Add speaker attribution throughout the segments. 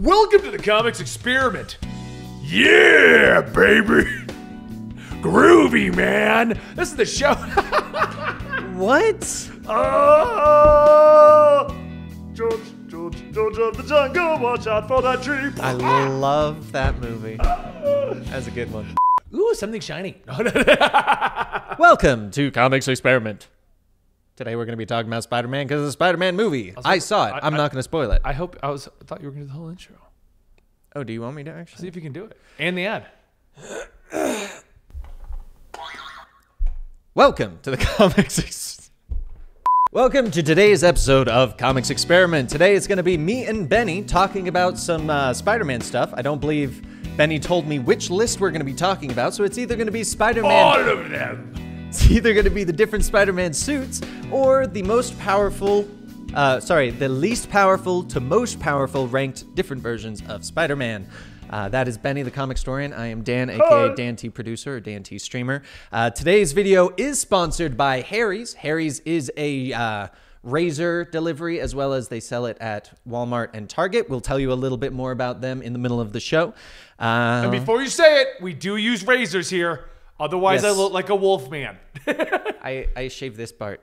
Speaker 1: Welcome to the Comics Experiment. Yeah, baby. Groovy, man. This is the show.
Speaker 2: What?
Speaker 1: oh, George, George, George of the jungle, watch out for that tree.
Speaker 2: I love that movie. That's a good one.
Speaker 1: Ooh, something shiny.
Speaker 2: Welcome to Comics Experiment. Today we're going to be talking about Spider-Man because it's a Spider-Man movie. I, saw it. I, am not going to spoil it.
Speaker 1: I hope I was. I thought you were gonna do the whole intro.
Speaker 2: oh, do you want me to
Speaker 1: See
Speaker 2: actually?
Speaker 1: if you can do it. And the ad.
Speaker 2: Welcome to the Comics. Ex- Welcome to today's episode of Comics Experiment. Today it's going to be me and Benny talking about some uh, Spider-Man stuff. I don't believe Benny told me which list we're going to be talking about, so it's either going to be Spider-Man
Speaker 1: All of them.
Speaker 2: It's either going to be the different Spider-Man suits or the most powerful, uh, sorry, the least powerful to most powerful ranked different versions of Spider-Man. Uh, that is Benny the Comic Historian. I am Dan, aka Dan T Producer or Dan T Streamer. Uh, today's video is sponsored by Harry's. Harry's is a uh, razor delivery as well as they sell it at Walmart and Target. We'll tell you a little bit more about them in the middle of the show. Uh,
Speaker 1: Before you say it, we do use razors here. Otherwise, I
Speaker 2: Yes.
Speaker 1: look like a wolf man.
Speaker 2: I, I shave this part.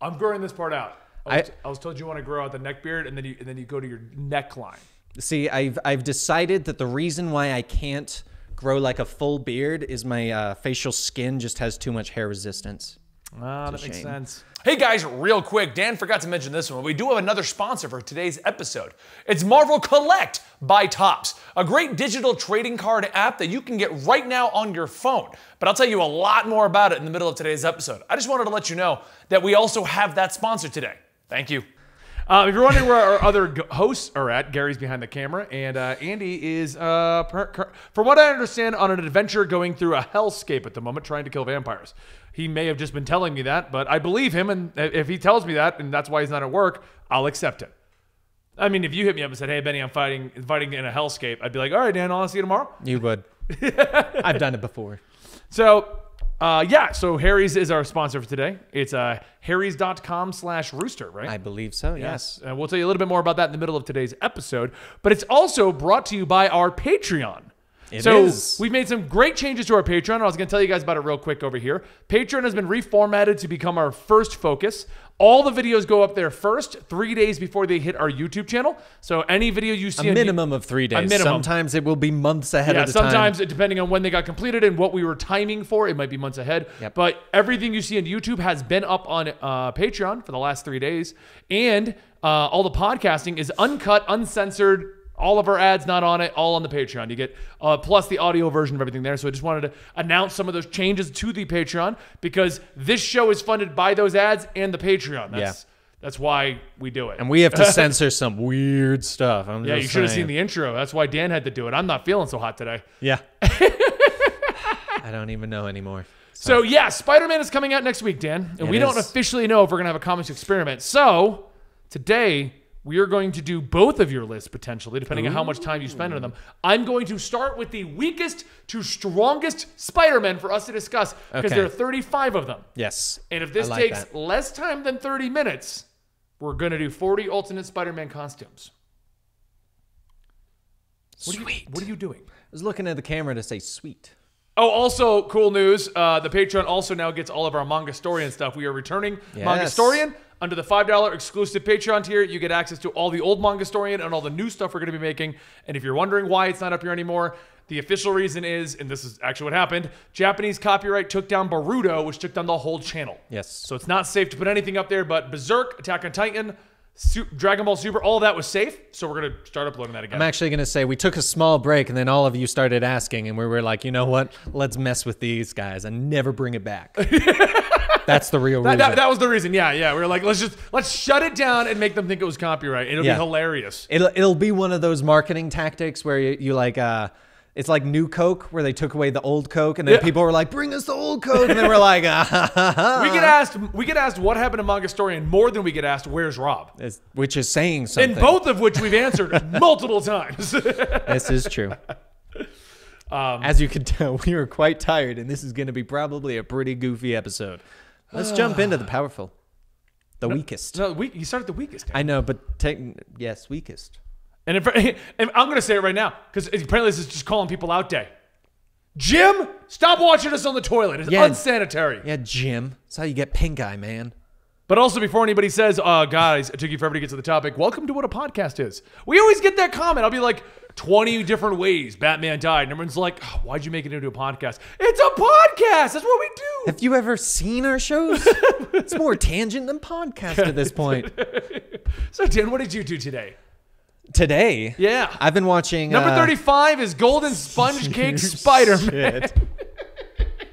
Speaker 1: I'm growing this part out. I was,
Speaker 2: I-
Speaker 1: I was told you want to grow out the neck beard, and then you and then you go to your neckline.
Speaker 2: See, I've I've decided that the reason why I can't grow like a full beard is my uh, facial skin just has too much hair resistance.
Speaker 1: Ah, that makes
Speaker 2: shame.
Speaker 1: sense.
Speaker 3: Hey guys, real quick, Dan forgot to mention this one. We do have another sponsor for today's episode. It's Marvel Collect by Tops, a great digital trading card app that you can get right now on your phone. But I'll tell you a lot more about it in the middle of today's episode. I just wanted to let you know that we also have that sponsor today. Thank you.
Speaker 1: Uh, if you're wondering where our other g- hosts are at, Gary's behind the camera, and uh, Andy is, uh, per- cur- from what I understand, on an adventure going through a hellscape at the moment, trying to kill vampires. He may have just been telling me that, but I believe him, and i- if he tells me that, and that's why he's not at work, I'll accept it. I mean, if you hit me up and said, "Hey, Benny, I'm fighting, fighting in a hellscape," I'd be like, "All right, Dan, I'll see you tomorrow."
Speaker 2: You would. I've done it before.
Speaker 1: So, uh, yeah, so Harry's is our sponsor for today. It's uh, harrys.com slash rooster, right?
Speaker 2: I believe so. Yes.
Speaker 1: Yes. Uh, we'll tell you a little bit more about that in the middle of today's episode, but it's also brought to you by our Patreon.
Speaker 2: It
Speaker 1: so
Speaker 2: is.
Speaker 1: we've made some great changes to our Patreon. I was going to tell you guys about it real quick over here. Patreon has been reformatted to become our first focus. All the videos go up there first, three days before they hit our YouTube channel. So any video you see,
Speaker 2: A
Speaker 1: on you-
Speaker 2: minimum of three days.
Speaker 1: minimum.
Speaker 2: Sometimes it will be months ahead
Speaker 1: yeah,
Speaker 2: of the time.
Speaker 1: sometimes it- depending on when they got completed and what we were timing for, it might be months ahead.
Speaker 2: Yep.
Speaker 1: But everything you see on YouTube has been up on uh, Patreon for the last three days, and uh, all the podcasting is uncut, uncensored. All of our ads not on it, all on the Patreon. You get uh, plus the audio version of everything there. So I just wanted to announce some of those changes to the Patreon because this show is funded by those ads and the Patreon. That's that's why we do it.
Speaker 2: And we have to censor some weird stuff. I'm
Speaker 1: yeah,
Speaker 2: just
Speaker 1: you should have
Speaker 2: saying.
Speaker 1: seen the intro. That's why Dan had to do it. I'm not feeling so hot today.
Speaker 2: Yeah. I don't even know anymore.
Speaker 1: So yeah, Spider Man is coming out next week, Dan, and we
Speaker 2: It
Speaker 1: don't
Speaker 2: is.
Speaker 1: officially know if we're gonna have a comics experiment. So today we are going to do both of your lists potentially, depending on how much time you spend on them. I'm going to start with the weakest to strongest Spider Man for us to discuss because
Speaker 2: Okay.
Speaker 1: there are 35 of them,
Speaker 2: Yes.
Speaker 1: and if this
Speaker 2: I like
Speaker 1: takes
Speaker 2: that.
Speaker 1: less time than 30 minutes, we're gonna do 40 alternate Spider Man costumes. What Are you,
Speaker 2: Sweet.
Speaker 1: what are you doing?
Speaker 2: I was looking at the camera to say sweet.
Speaker 1: Oh, also cool news. Uh, the Patreon also now gets all of our Manga Storian stuff. We are returning Manga
Speaker 2: Yes.
Speaker 1: Storian under the $5 exclusive Patreon tier. You get access to all the old Manga Storian and all the new stuff we're going to be making. And if you're wondering why it's not up here anymore, the official reason is, and this is actually what happened, Japanese copyright took down Baruto, which took down the whole channel.
Speaker 2: Yes.
Speaker 1: So it's not safe to put anything up there, but Berserk, Attack on Titan, Su- Dragon Ball Super, all of that was safe. So we're going to start uploading that again.
Speaker 2: I'm actually going to say we took a small break and then all of you started asking, and we were like, you know what? Let's mess with these guys and never bring it back. That's the real reason.
Speaker 1: That, that, that was the reason. Yeah, yeah. We were like, let's just let's shut it down and make them think it was copyright. It'll
Speaker 2: Yeah.
Speaker 1: be hilarious.
Speaker 2: it'll, it'll be one of those marketing tactics where you, you like, uh, it's like new Coke where they took away the old Coke, and then
Speaker 1: Yeah.
Speaker 2: people were like, bring us the old Coke. And then we're like, ah, ha, ha, ha.
Speaker 1: we get asked we get asked what happened to Manga Storian more than we get asked where's Rob.
Speaker 2: It's- which is saying something.
Speaker 1: And both of which we've answered multiple times.
Speaker 2: This is true.
Speaker 1: Um,
Speaker 2: As you can tell, we were quite tired, and this is going to be probably a pretty goofy episode. Let's jump into the powerful, the weakest.
Speaker 1: so we, you started the weakest. Dan.
Speaker 2: I know, but tech yes, weakest.
Speaker 1: And, if, and I'm going to say it right now because apparently this is just calling people out day. Jim, stop watching us on the toilet. It's
Speaker 2: Yeah.
Speaker 1: unsanitary.
Speaker 2: Yeah, Jim. That's how you get pink eye, man.
Speaker 1: But also, before anybody says, uh, guys, it took you forever to get to the topic, welcome to what a podcast is. We always get that comment. I'll be like, 20 different ways Batman died. And everyone's like, "Oh, why'd you make it into a podcast? It's a podcast. That's what we do.
Speaker 2: Have you ever seen our shows? it's more tangent than podcast at this point.
Speaker 1: So, Dan, what did you do today?
Speaker 2: Today,
Speaker 1: Yeah.
Speaker 2: I've been watching
Speaker 1: Number
Speaker 2: uh,
Speaker 1: 35 is Golden Sponge Cake Spider Man.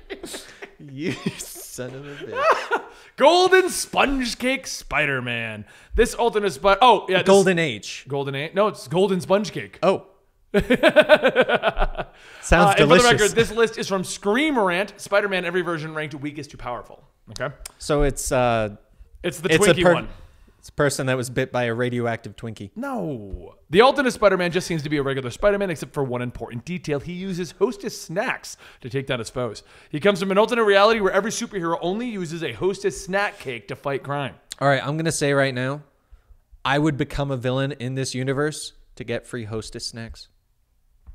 Speaker 2: you son of a bitch.
Speaker 1: Golden Sponge Cake Spider Man. This alternate spider. Oh, yeah. this-
Speaker 2: Golden Age.
Speaker 1: Golden. A- no, it's Golden Sponge Cake.
Speaker 2: Oh. Sounds
Speaker 1: Uh, and for the
Speaker 2: delicious.
Speaker 1: record, this list is from Scream Rant. Spider-Man every version ranked weakest to powerful. Okay,
Speaker 2: so it's uh,
Speaker 1: it's the
Speaker 2: it's a
Speaker 1: Twinkie
Speaker 2: per-
Speaker 1: one.
Speaker 2: it's a person that was bit by a radioactive Twinkie.
Speaker 1: No, the alternate Spider-Man just seems to be a regular Spider-Man, except for one important detail: he uses Hostess snacks to take down his foes. He comes from an alternate reality where every superhero only uses a Hostess snack cake to fight crime.
Speaker 2: All right, I'm gonna say right now, I would become a villain in this universe to get free hostess snacks.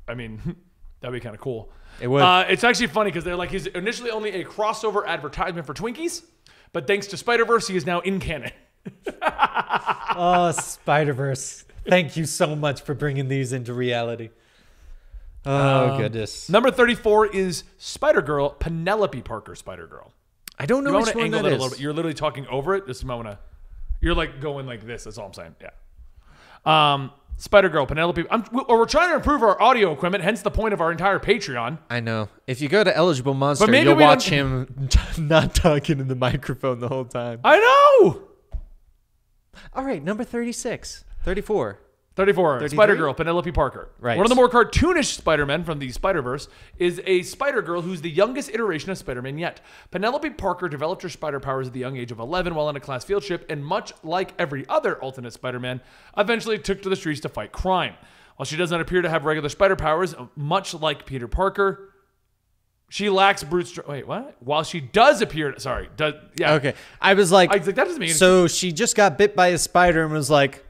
Speaker 1: I mean, that'd be kind of cool.
Speaker 2: It would.
Speaker 1: Uh, it's actually funny because they're like he's initially only a crossover advertisement for Twinkies, but thanks to Spider-Verse, he is now in canon.
Speaker 2: Oh, Spider Verse! Thank you so much for bringing these into reality. Oh goodness!
Speaker 1: Number 34 is Spider Girl, Penelope Parker Spider Girl.
Speaker 2: I don't know
Speaker 1: You want
Speaker 2: which
Speaker 1: to
Speaker 2: one
Speaker 1: angle
Speaker 2: that
Speaker 1: that a
Speaker 2: is.
Speaker 1: little bit. You're literally talking over it. This moment, wanna- you're like going like this. That's all I'm saying. Yeah. Um, Spider Girl, Penelope. I'm, we- or we're trying to improve our audio equipment, hence the point of our entire Patreon.
Speaker 2: I know. If you go to eligible monster,
Speaker 1: maybe
Speaker 2: you'll
Speaker 1: we
Speaker 2: watch
Speaker 1: don't-
Speaker 2: him not talking in the microphone the whole time.
Speaker 1: I know.
Speaker 2: All right, number 36, 34.
Speaker 1: 34. Spider Girl, Penelope Parker.
Speaker 2: Right.
Speaker 1: One of the more cartoonish Spider Men from the Spider Verse is a Spider Girl who's the youngest iteration of Spider Man yet. Penelope Parker developed her spider powers at the young age of 11 while on a class field trip, and much like every other alternate Spider Man, eventually took to the streets to fight crime. While she does not appear to have regular spider powers, much like Peter Parker, she lacks brute strength. Wait, what? While she does appear, to, sorry, does yeah.
Speaker 2: Okay, I was like,
Speaker 1: I was like, that doesn't make any
Speaker 2: so she just got bit by a spider and was like,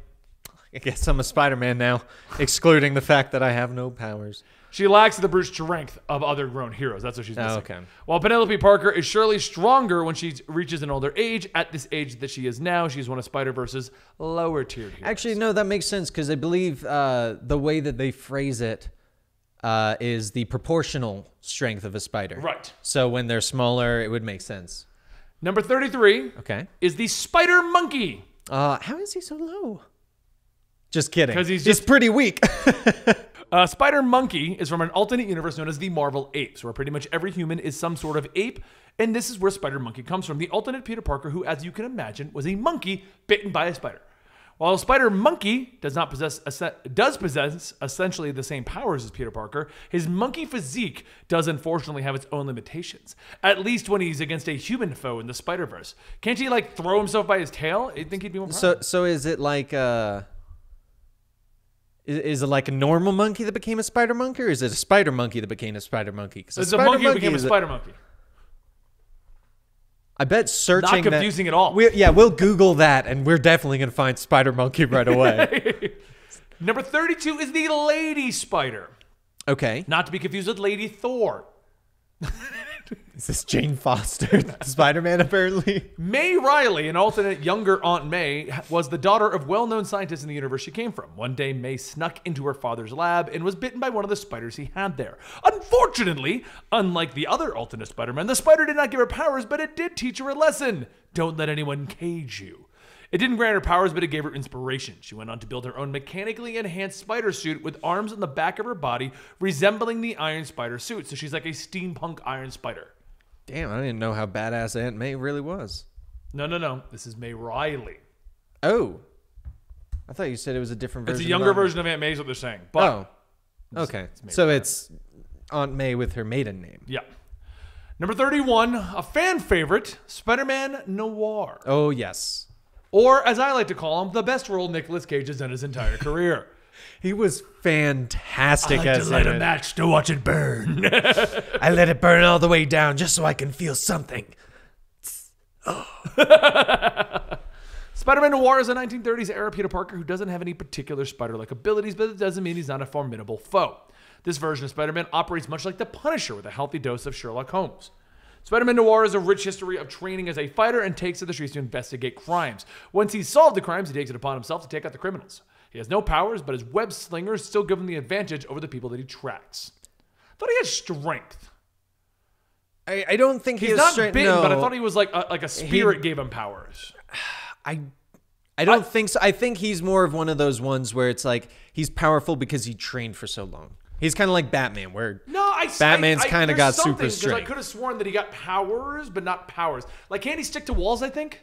Speaker 2: I guess I'm a Spider Man now, excluding the fact that I have no powers.
Speaker 1: She lacks the brute strength of other grown heroes. That's what she's missing.
Speaker 2: okay.
Speaker 1: While Penelope Parker is surely stronger when she reaches an older age, at this age that she is now, she's one of Spider Verse's lower tiered heroes.
Speaker 2: Actually, no, that makes sense because I believe uh, the way that they phrase it uh, is the proportional strength of a spider.
Speaker 1: Right.
Speaker 2: So when they're smaller, it would make sense.
Speaker 1: Number 33
Speaker 2: Okay.
Speaker 1: is the Spider Monkey.
Speaker 2: Uh, how is he so low? Just kidding.
Speaker 1: 'Cause he's just-
Speaker 2: pretty weak.
Speaker 1: Uh, Spider Monkey is from an alternate universe known as the Marvel Apes, where pretty much every human is some sort of ape, and this is where Spider Monkey comes from. The alternate Peter Parker, who, as you can imagine, was a monkey bitten by a spider. While Spider Monkey does not possess esse- does possess essentially the same powers as Peter Parker, his monkey physique does unfortunately have its own limitations. At least when he's against a human foe in the Spider Verse, can't he like throw himself by his tail? I think he'd be more.
Speaker 2: so so is it like uh i- is, it like a normal monkey that became a spider monkey, or is it a spider monkey that became a spider monkey? Because
Speaker 1: it's a monkey, who became a
Speaker 2: is
Speaker 1: Spider Monkey.
Speaker 2: I bet searching that-
Speaker 1: confusing at all.
Speaker 2: We're, yeah, we'll Google that, and we're definitely gonna find spider monkey right away.
Speaker 1: Number thirty-two is the Lady Spider.
Speaker 2: okay,
Speaker 1: Not to be confused with Lady Thor.
Speaker 2: is this Jane Foster Spider Man? Apparently,
Speaker 1: May Riley, an alternate younger Aunt May, was the daughter of well known scientists in the universe she came from. One day, May snuck into her father's lab and was bitten by one of the spiders he had there. Unfortunately, unlike the other alternate Spider Man, the spider did not give her powers, but it did teach her a lesson don't let anyone cage you. It didn't grant her powers, but it gave her inspiration. She went on to build her own mechanically enhanced spider suit with arms on the back of her body resembling the Iron Spider suit. So she's like a steampunk Iron Spider.
Speaker 2: damn, I didn't know how badass Aunt May really was.
Speaker 1: No, no, no. This is May Riley.
Speaker 2: Oh, I thought you said it was a different
Speaker 1: It's
Speaker 2: version.
Speaker 1: a
Speaker 2: of
Speaker 1: younger
Speaker 2: Aunt May.
Speaker 1: version of Aunt May is what they're saying. But
Speaker 2: Oh, okay. so it's Aunt May with her maiden name.
Speaker 1: yeah. Number 31, a fan favorite, Spider-Man Noir.
Speaker 2: Oh yes,
Speaker 1: Or as I like to call him, the best role Nicolas Cage has done his entire career.
Speaker 2: he was fantastic as in it.
Speaker 1: match to watch it burn.
Speaker 2: I let it burn all the way down just so I can feel something.
Speaker 1: Spider-Man Noir is a 1930s era Peter Parker who doesn't have any particular spider-like abilities, but it doesn't mean he's not a formidable foe. This version of Spider-Man operates much like the Punisher with a healthy dose of Sherlock Holmes. Spider-Man Noir has a rich history of training as a fighter and takes to the streets to investigate crimes. Once he's solved the crimes, he takes it upon himself to take out the criminals. He has no powers, but his web slingers still give him the advantage over the people that he tracks. Thought he had strength.
Speaker 2: I, I don't think
Speaker 1: He's
Speaker 2: he has
Speaker 1: not
Speaker 2: strength-
Speaker 1: bitten, but I
Speaker 2: no.
Speaker 1: thought he was like a, like a spirit gave him powers.
Speaker 2: I I don't think so. I think he's more of one of those ones where it's like he's powerful because he trained for so long. He's kind of like Batman, where
Speaker 1: No, I.
Speaker 2: Batman's
Speaker 1: I- I-
Speaker 2: kind of
Speaker 1: there's
Speaker 2: got
Speaker 1: something,
Speaker 2: super
Speaker 1: 'cause I
Speaker 2: strength.
Speaker 1: could have sworn that he got powers, but not powers. Like, can he stick to walls? I think.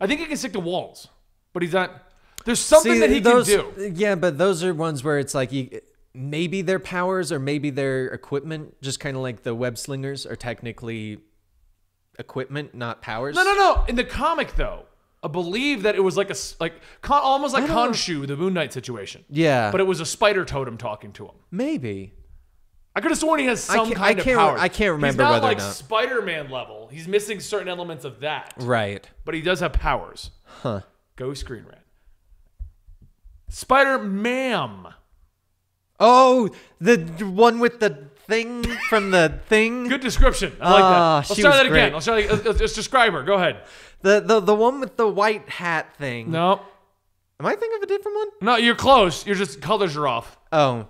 Speaker 1: I think he can stick to walls, but he's not. There's something that he
Speaker 2: those,
Speaker 1: can do.
Speaker 2: Yeah, but those are ones where it's like you, maybe their powers or maybe their equipment, just kind of like the web slingers, are technically equipment, not powers.
Speaker 1: No, no, no. In the comic, though, I believe that it was like a s- like con, almost like Khonshu, the Moon Knight situation.
Speaker 2: Yeah,
Speaker 1: But it was a spider totem talking to him.
Speaker 2: maybe.
Speaker 1: I could have sworn he has some
Speaker 2: can't-
Speaker 1: kind
Speaker 2: I
Speaker 1: of
Speaker 2: can't re-
Speaker 1: power.
Speaker 2: I can't
Speaker 1: He's
Speaker 2: remember
Speaker 1: not
Speaker 2: whether or
Speaker 1: like
Speaker 2: not.
Speaker 1: Spider-Man level. He's missing certain elements of that,
Speaker 2: Right.
Speaker 1: but he does have powers. Huh. Go screen rant. Spider-Man.
Speaker 2: Oh, the d- one with the thing from the thing.
Speaker 1: Good description. I like
Speaker 2: Ah,
Speaker 1: that. Let's
Speaker 2: she
Speaker 1: try
Speaker 2: was
Speaker 1: that again.
Speaker 2: great.
Speaker 1: Let's try. Let's, let's- let's describe her. Go ahead.
Speaker 2: The, the the one with the white hat thing.
Speaker 1: No,
Speaker 2: Am I thinking of a different one?
Speaker 1: no, you're close. You're just colors are off.
Speaker 2: Oh,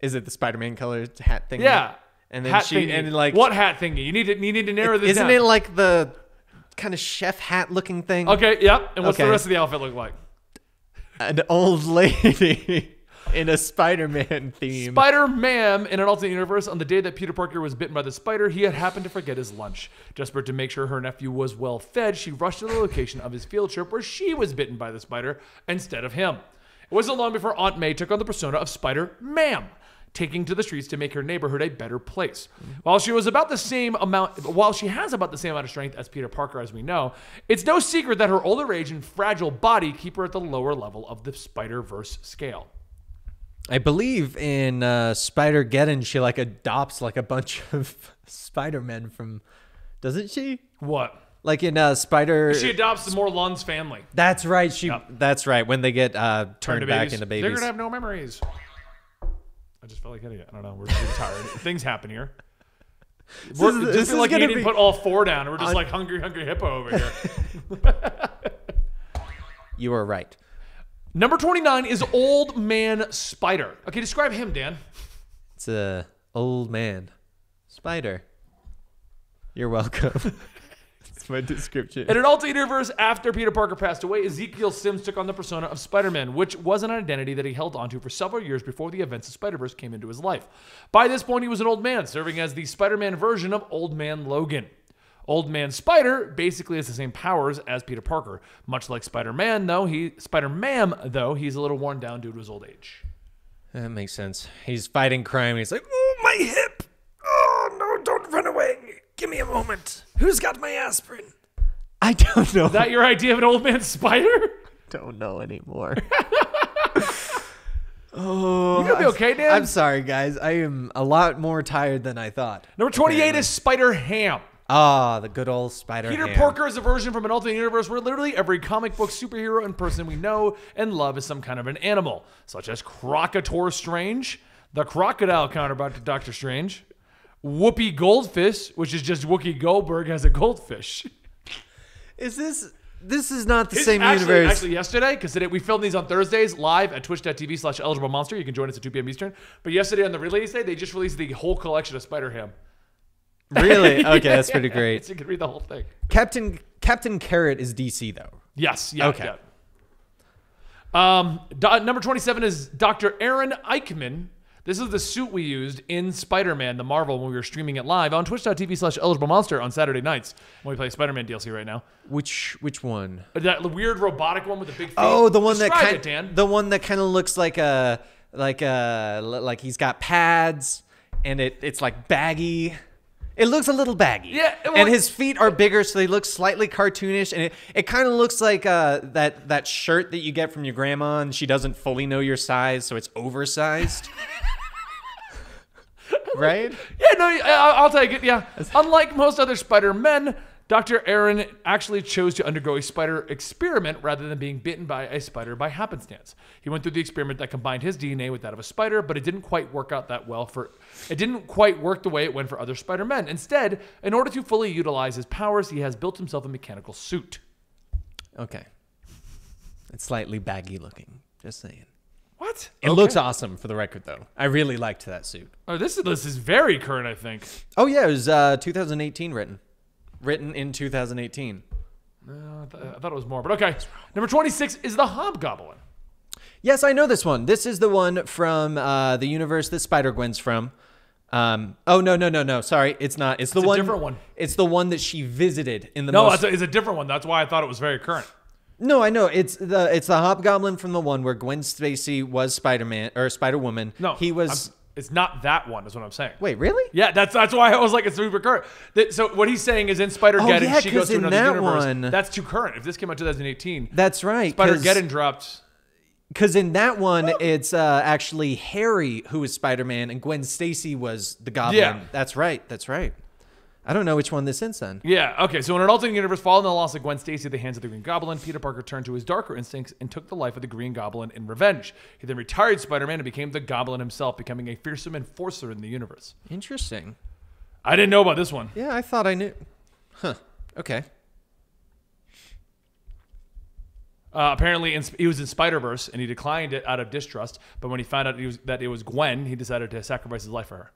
Speaker 2: is it the Spider-Man colored hat thing?
Speaker 1: Yeah.
Speaker 2: And then
Speaker 1: Hat
Speaker 2: she
Speaker 1: thingy.
Speaker 2: and like
Speaker 1: what hat thingy? You need to you need to narrow this
Speaker 2: Isn't
Speaker 1: down.
Speaker 2: it like the kind of chef hat looking thing?
Speaker 1: okay. Yep. And what's the
Speaker 2: Okay.
Speaker 1: rest of the outfit look like?
Speaker 2: An old lady in a Spider-Man theme.
Speaker 1: Spider Man in an alternate universe, on the day that Peter Parker was bitten by the spider, he had happened to forget his lunch. Desperate to make sure her nephew was well fed, she rushed to the location of his field trip where she was bitten by the spider instead of him. It wasn't long before Aunt May took on the persona of Spider Man. Taking to the streets to make her neighborhood a better place. While she was about the same amount, while she has about the same amount of strength as Peter Parker, as we know, it's no secret that her older age and fragile body keep her at the lower level of the Spider Verse scale.
Speaker 2: I believe in uh, Spider-Geddon, she like adopts like a bunch of Spider-Men from, doesn't she?
Speaker 1: What?
Speaker 2: Like in uh, Spider.
Speaker 1: She adopts the Morlun's family.
Speaker 2: that's right. She. That's right. When they get uh, turned
Speaker 1: Into
Speaker 2: back
Speaker 1: babies.
Speaker 2: into
Speaker 1: They're
Speaker 2: babies.
Speaker 1: gonna have no memories. I just felt like hitting it. I don't know. We're we're tired. Things happen here. We're,
Speaker 2: is-
Speaker 1: just
Speaker 2: this
Speaker 1: feel
Speaker 2: is
Speaker 1: like you
Speaker 2: gonna
Speaker 1: didn't
Speaker 2: be-
Speaker 1: put all four down. We're just like hungry, hungry hippo over here.
Speaker 2: you are right.
Speaker 1: Number twenty-nine is Old Man Spider. Okay, describe him, Dan.
Speaker 2: It's a old man spider. You're welcome. That's my description.
Speaker 1: In an alternate universe, after Peter Parker passed away, Ezekiel Sims took on the persona of Spider Man, which was an identity that he held onto for several years before the events of Spider Verse came into his life. By this point, he was an old man, serving as the Spider Man version of Old Man Logan. Old Man Spider basically has the same powers as Peter Parker. Much like Spider Man, though, he Spider Man, though, he's a little worn down due to his old age.
Speaker 2: That makes sense. He's fighting crime. and He's like, oh, my hip. Oh, no, don't run away. Give me a moment. Who's got my aspirin? I don't know.
Speaker 1: That your idea of an old man spider?
Speaker 2: don't know anymore.
Speaker 1: You gonna be okay, Dan?
Speaker 2: I'm sorry, guys. I am a lot more tired than I thought.
Speaker 1: Number 28 is Spider Ham.
Speaker 2: Ah, the good old spider.
Speaker 1: Peter
Speaker 2: ham.
Speaker 1: Parker is a version from an alternate universe where literally every comic book superhero and person we know and love is some kind of an animal, such as Crocotor Strange, the crocodile counterpart to Doctor Strange, Whoopi Goldfish, which is just Whoopi Goldberg as a goldfish.
Speaker 2: Is this? This is not the
Speaker 1: It's
Speaker 2: same
Speaker 1: actually,
Speaker 2: universe.
Speaker 1: Actually, yesterday, because today we filmed these on Thursdays live at twitch.tv slash eligible monster. You can join us at 2 p.m. Eastern. But yesterday on the release day, they just released the whole collection of Spider Ham.
Speaker 2: really? Okay, that's pretty great.
Speaker 1: So you can read the whole thing.
Speaker 2: Captain Captain Carrot is DC though.
Speaker 1: Yes. Yeah.
Speaker 2: Okay.
Speaker 1: yeah. Um, do- number 27 is Dr. Aaron Eichmann. This is the suit we used in Spider-Man, the Marvel, when we were streaming it live on twitch.tv slash eligible monster on Saturday nights when we play Spider-Man DLC right now.
Speaker 2: Which which one?
Speaker 1: That weird robotic one with the big feet.
Speaker 2: Oh, the one that
Speaker 1: Describe
Speaker 2: kind
Speaker 1: it, Dan.
Speaker 2: the one that kind of looks like a like a like he's got pads and it it's like baggy. It looks a little baggy.
Speaker 1: Yeah, well,
Speaker 2: and his feet are bigger, so they look slightly cartoonish, and it, it kind of looks like uh, that that shirt that you get from your grandma, and she doesn't fully know your size, so it's oversized. right?
Speaker 1: Yeah, no, I- I- I'll take it. Yeah. Unlike most other Spider Men, Dr. Aaron actually chose to undergo a spider experiment rather than being bitten by a spider by happenstance. He went through the experiment that combined his DNA with that of a spider, but it didn't quite work out that well for it didn't quite work the way it went for other Spider-Men. Instead, in order to fully utilize his powers, he has built himself a mechanical suit.
Speaker 2: Okay. It's slightly baggy looking. Just saying.
Speaker 1: What?
Speaker 2: It looks awesome for the record, though. I really liked that suit.
Speaker 1: Oh, this is this is very current, I think.
Speaker 2: Oh yeah, it was uh, 2018 written. Written in 2018.
Speaker 1: Uh, I, th- I thought it was more, but okay. Number 26 is the Hobgoblin.
Speaker 2: Yes, I know this one. This is the one from uh, the universe that Spider Gwen's from. Um, oh no, no, no, no. Sorry, it's not. It's the
Speaker 1: a
Speaker 2: one.
Speaker 1: different one.
Speaker 2: It's the one that she visited in the
Speaker 1: No,
Speaker 2: most
Speaker 1: it's a, it's a different one. That's why I thought it was very current.
Speaker 2: No, I know it's the it's the hobgoblin from the one where Gwen Stacy was Spider Man or Spider Woman.
Speaker 1: No,
Speaker 2: he was.
Speaker 1: I'm- it's not that one. Is what I'm saying.
Speaker 2: Wait, really?
Speaker 1: Yeah, that's that's why I was like it's super current. That- so what he's saying is in Spider Geddon,
Speaker 2: Oh, yeah,
Speaker 1: she goes
Speaker 2: 'cause
Speaker 1: to
Speaker 2: in
Speaker 1: another
Speaker 2: that
Speaker 1: universe.
Speaker 2: one-
Speaker 1: That's too current. If this came out 2018,
Speaker 2: That's right.
Speaker 1: Spider Geddon dropped.
Speaker 2: Because in that one,
Speaker 1: Oh.
Speaker 2: it's uh, actually Harry who is Spider Man, and Gwen Stacy was the Goblin.
Speaker 1: Yeah.
Speaker 2: That's right. That's right. I don't know which one this is then.
Speaker 1: Yeah. Okay. So in an alternate universe, following the loss of Gwen Stacy at the hands of the Green Goblin, Peter Parker turned to his darker instincts and took the life of the Green Goblin in revenge. He then retired Spider-Man and became the Goblin himself, becoming a fearsome enforcer in the universe.
Speaker 2: Interesting.
Speaker 1: I didn't know about this one.
Speaker 2: Yeah, I thought I knew. Huh. Okay.
Speaker 1: Uh, apparently, in, he was in Spider Verse and he declined it out of distrust. But when he found out he was, that it was Gwen, he decided to sacrifice his life for her.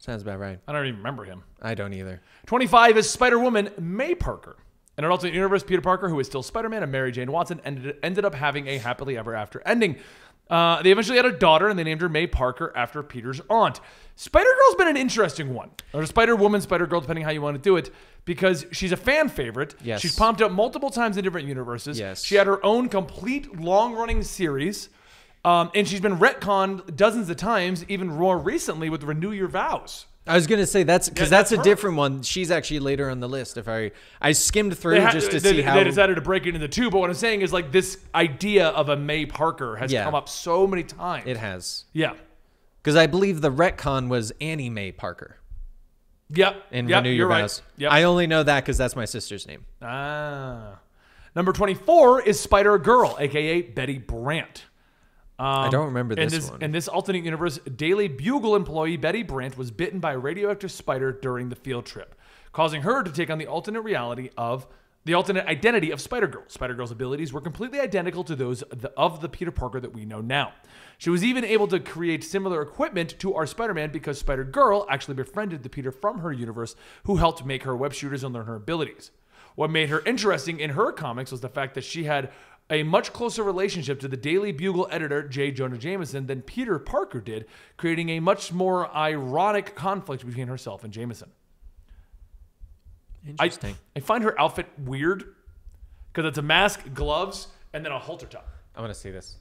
Speaker 2: Sounds about right.
Speaker 1: I don't even remember him.
Speaker 2: I don't either.
Speaker 1: 25 is Spider Woman May Parker. In an alternate universe, Peter Parker, who is still Spider Man, and Mary Jane Watson ended, ended up having a happily ever after ending. Uh, they eventually had a daughter, and they named her May Parker after Peter's aunt. Spider Girl's been an interesting one, or Spider Woman, Spider Girl, depending how you want to do it, because she's a fan favorite.
Speaker 2: Yes.
Speaker 1: She's pumped up multiple times in different universes.
Speaker 2: Yes.
Speaker 1: She had her own complete long running series, um, and she's been retconned dozens of times, even more recently with Renew Your Vows.
Speaker 2: I was gonna say that's because
Speaker 1: Yeah,
Speaker 2: that's,
Speaker 1: that's
Speaker 2: a
Speaker 1: her.
Speaker 2: different one. She's actually later on the list. If I I skimmed through
Speaker 1: ha-
Speaker 2: just to
Speaker 1: they-
Speaker 2: see how
Speaker 1: they decided to break it into two. But what I'm saying is like this idea of a May Parker has
Speaker 2: Yeah.
Speaker 1: come up so many times.
Speaker 2: it has.
Speaker 1: yeah.
Speaker 2: Because I believe the retcon was Annie Mae Parker
Speaker 1: Yep.
Speaker 2: in
Speaker 1: yep,
Speaker 2: Renew
Speaker 1: you're
Speaker 2: Your
Speaker 1: right.
Speaker 2: Vows.
Speaker 1: Yep.
Speaker 2: I only know that because that's my sister's name.
Speaker 1: ah. Number 24 is Spider Girl, aka Betty Brant.
Speaker 2: I don't remember
Speaker 1: In
Speaker 2: this,
Speaker 1: Um, this,
Speaker 2: one.
Speaker 1: in this alternate universe, Daily Bugle employee Betty Brant was bitten by a radioactive spider during the field trip, causing her to take on the alternate reality of the alternate identity of Spider Girl. Spider Girl's abilities were completely identical to those of the, of the Peter Parker that we know now. She was even able to create similar equipment to our Spider Man because Spider Girl actually befriended the Peter from her universe, who helped make her web shooters and learn her abilities. What made her interesting in her comics was the fact that she had a much closer relationship to the Daily Bugle editor J. Jonah Jameson than Peter Parker did, creating a much more ironic conflict between herself and Jameson. I,
Speaker 2: Interesting.
Speaker 1: I find her outfit weird because it's a mask, gloves, and then a halter top.
Speaker 2: I, want to see this.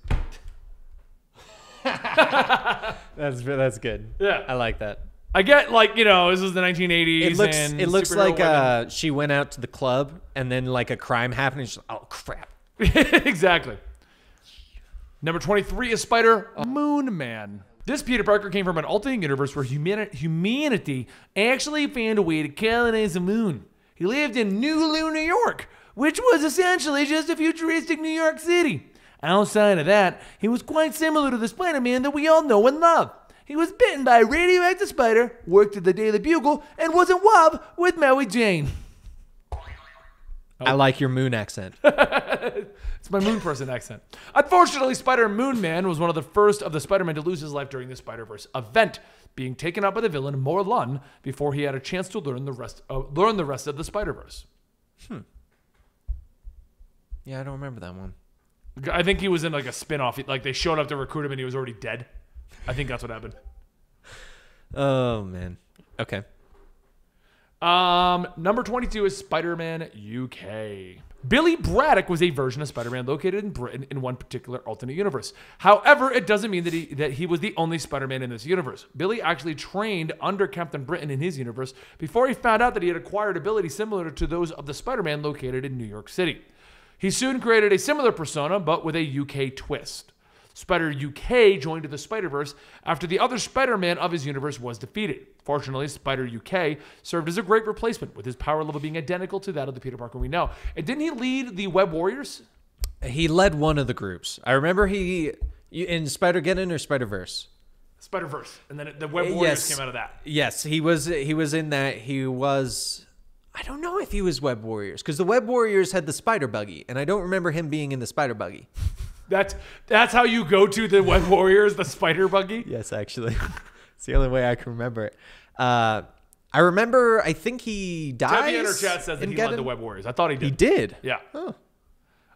Speaker 2: that's that's good.
Speaker 1: Yeah.
Speaker 2: I like that.
Speaker 1: I get like you know this is the 1980s.
Speaker 2: It looks
Speaker 1: and
Speaker 2: it looks
Speaker 1: superhero
Speaker 2: like
Speaker 1: women.
Speaker 2: uh, she went out to the club and then like a crime happened. And she's like, oh crap.
Speaker 1: exactly. Number 23 is Spider uh, Moon Man. This Peter Parker came from an alternate universe where humani- humanity actually found a way to colonize the moon. He lived in Nulu, New York, which was essentially just a futuristic New York City. Outside of that, he was quite similar to the Spider Man that we all know and love. He was bitten by a radioactive spider, worked at the Daily Bugle, and was in love with Maui Jane. Oh.
Speaker 2: I like your moon accent.
Speaker 1: It's my moon person accent. Unfortunately, Spider Moon Man was one of the first of the Spider Men to lose his life during the Spider Verse event, being taken out by the villain Morlun before he had a chance to learn the rest uh, learn the rest of the Spider Verse.
Speaker 2: yeah, I don't remember that one.
Speaker 1: I think he was in like a spin off. Like they showed up to recruit him and he was already dead. I think that's what happened.
Speaker 2: Oh man. Okay.
Speaker 1: Um, number 22 is Spider Man UK. Billy Braddock was a version of Spider Man located in Britain in one particular alternate universe. However, it doesn't mean that he, that he was the only Spider Man in this universe. Billy actually trained under Captain Britain in his universe before he found out that he had acquired abilities similar to those of the Spider Man located in New York City. He soon created a similar persona, but with a UK twist. Spider UK joined the Spider Verse after the other Spider Man of his universe was defeated. Fortunately, Spider UK served as a great replacement, with his power level being identical to that of the Peter Parker we know. And didn't he lead the Web Warriors?
Speaker 2: He led one of the groups. I remember he you- in Spider Geddon or Spider Verse.
Speaker 1: Spider Verse, and then the Web Warriors
Speaker 2: yes.
Speaker 1: came out of that.
Speaker 2: Yes, he was. He was in that. He was. I don't know if he was Web Warriors because the Web Warriors had the Spider Buggy, and I don't remember him being in the Spider Buggy.
Speaker 1: That's that's how you go to the Web Warriors, the Spider Buggy.
Speaker 2: Yes, actually, it's the only way I can remember it. Uh, I remember. I think he died.
Speaker 1: Debbie in her chat says that he led the Web Warriors. I thought he did.
Speaker 2: He did.
Speaker 1: Yeah.
Speaker 2: Oh,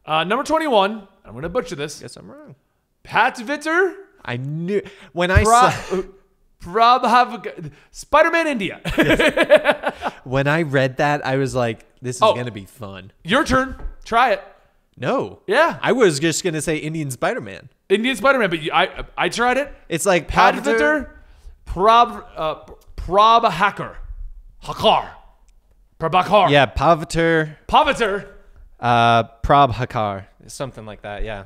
Speaker 1: Uh, number 21. I'm going to butcher this.
Speaker 2: guess I'm wrong.
Speaker 1: Pat Vitter.
Speaker 2: I knew when I saw.
Speaker 1: Pra- Prabhav- Spider-Man India.
Speaker 2: When I read that, I was like, this is
Speaker 1: Oh.
Speaker 2: going to be fun.
Speaker 1: Your turn. Try it.
Speaker 2: No.
Speaker 1: Yeah.
Speaker 2: I was just going to say Indian Spider Man.
Speaker 1: Indian Spider-Man, but you, I I tried it.
Speaker 2: It's like Padvitter.
Speaker 1: Padvitter, Prab uh, Prab Hacker. Hakar. Prabhakar.
Speaker 2: Yeah, Pavater,
Speaker 1: Paviter.
Speaker 2: uh, Prabhakar. Something like that, yeah.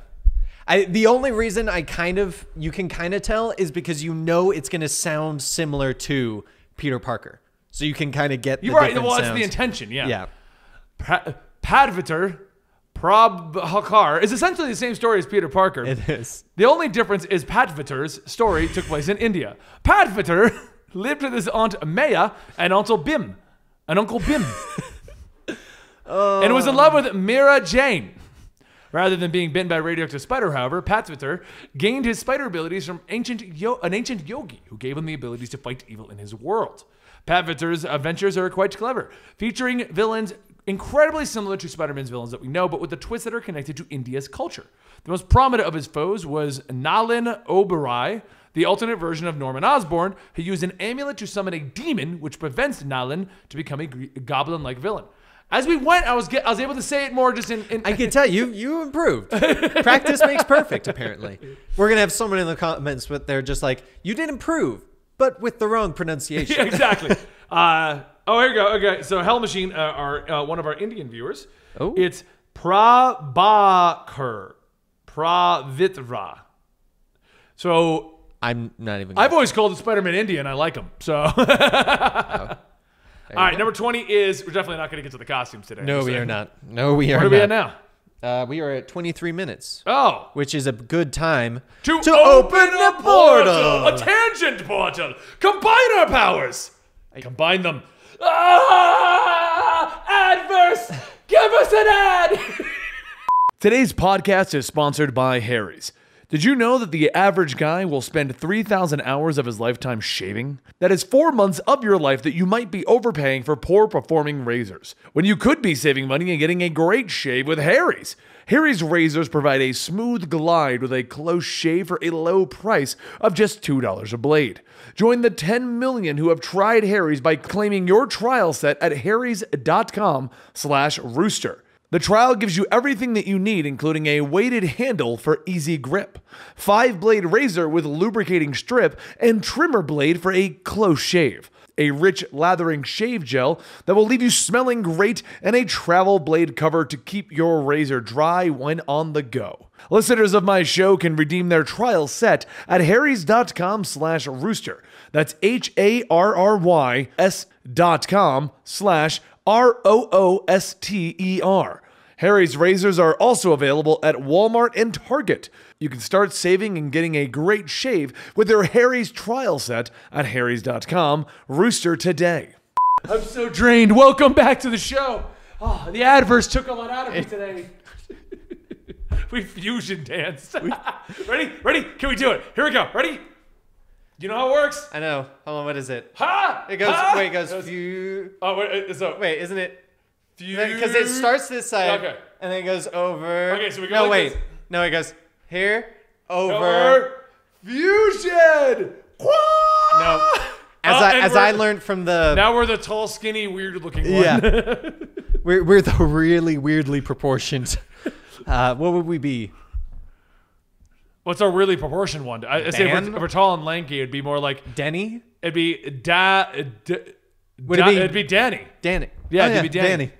Speaker 2: I, the only reason I kind of, you can kind of tell is because you know it's going to sound similar to Peter Parker. So you can kind of get the
Speaker 1: You're right.
Speaker 2: different
Speaker 1: Well, that's
Speaker 2: sounds.
Speaker 1: the intention. Yeah.
Speaker 2: Yeah.
Speaker 1: Pa- Padvitter, Prabhakar is essentially the same story as Peter Parker.
Speaker 2: It is.
Speaker 1: The only difference is Padvitter's story took place in India. Padvitter lived with his aunt Maya and Uncle Bim, and Uncle Bim,
Speaker 2: Oh.
Speaker 1: and was in love with Mira Jane. Rather than being bitten by a radioactive spider, however, Padvitter gained his spider abilities from ancient yo- an ancient yogi who gave him the abilities to fight evil in his world. Padvitter's adventures are quite clever, featuring villains incredibly similar to Spider-Man's villains that we know, but with the twists that are connected to India's culture. The most prominent of his foes was Nalin Oberoi, the alternate version of Norman Osborn, who used an amulet to summon a demon, which prevents Nalin to become a gre- goblin-like villain. As we went, I was get, I was able to say it more just in, in
Speaker 2: I can tell you, you improved. Practice makes perfect, apparently. We're going to have someone in the comments, but they're just like, you did improve, but with the wrong pronunciation.
Speaker 1: yeah, exactly. uh, oh, here we go. Okay, so Hell Machine, uh, our uh, one of our Indian viewers.
Speaker 2: Oh.
Speaker 1: it's Prabhakar, Pravitra. So
Speaker 2: I'm not even.
Speaker 1: I've always called Spider-Man Indian. I like him. So,
Speaker 2: Oh.
Speaker 1: all right, number twenty is we're definitely not going to get to the costumes today.
Speaker 2: no,
Speaker 1: So-
Speaker 2: we are not. No, we are
Speaker 1: Where are
Speaker 2: not.
Speaker 1: we at now?
Speaker 2: Uh, we are at 23 minutes,
Speaker 1: Oh,
Speaker 2: which is a good time
Speaker 1: to,
Speaker 2: the
Speaker 1: a tangent portal. Combine our powers. Combine them. Ah, adverse. Give us an ad. Today's podcast is sponsored by Harry's. Did you know that the average guy will spend 3,000 hours of his lifetime shaving? That is four months of your life that you might be overpaying for poor performing razors, when you could be saving money and getting a great shave with Harry's. Harry's razors provide a smooth glide with a close shave for a low price of just $2 a blade. Join the 10 million who have tried Harry's by claiming your trial set at harrys.com slash rooster. The trial gives you everything that you need, including a weighted handle for easy grip, five blade razor with lubricating strip, and trimmer blade for a close shave, a rich lathering shave gel that will leave you smelling great, and a travel blade cover to keep your razor dry when on the go. Listeners of my show can redeem their trial set at harrys.com slash rooster. That's H-A-R-R-Y S dot com slash R O O S T E R. Harry's razors are also available at Walmart and Target. You can start saving and getting a great shave with their Harry's trial set at harrys.com. Rooster today. I'm so drained. Welcome back to the show. Oh, the adverse took a lot out of me today. we fusion danced. ready? Ready? Can we do it? Here we go. Ready? You know how it works?
Speaker 2: I know. Hold on, what is it?
Speaker 1: Ha!
Speaker 2: It goes.
Speaker 1: Ha!
Speaker 2: Wait, it goes. Few,
Speaker 1: Oh, wait, it's a
Speaker 2: wait, isn't it?
Speaker 1: fusion.
Speaker 2: Because it starts this side,
Speaker 1: Okay.
Speaker 2: and then it goes over.
Speaker 1: Okay, so we go
Speaker 2: No,
Speaker 1: like
Speaker 2: wait.
Speaker 1: this.
Speaker 2: No, it goes here, over.
Speaker 1: over fusion.
Speaker 2: No. As
Speaker 1: Oh,
Speaker 2: I
Speaker 1: and
Speaker 2: as I
Speaker 1: we're-
Speaker 2: learned from the
Speaker 1: Now we're the tall, skinny, weird-looking one.
Speaker 2: yeah, we're we're the really weirdly proportioned. Uh, what would we be?
Speaker 1: What's our really proportioned one? I, I say if we're,
Speaker 2: Dan?
Speaker 1: if we're tall and lanky, it'd be more like
Speaker 2: Denny.
Speaker 1: it'd be da. da
Speaker 2: Would it
Speaker 1: da-
Speaker 2: be-
Speaker 1: It'd be Danny.
Speaker 2: Danny.
Speaker 1: Yeah, it'd be Danny.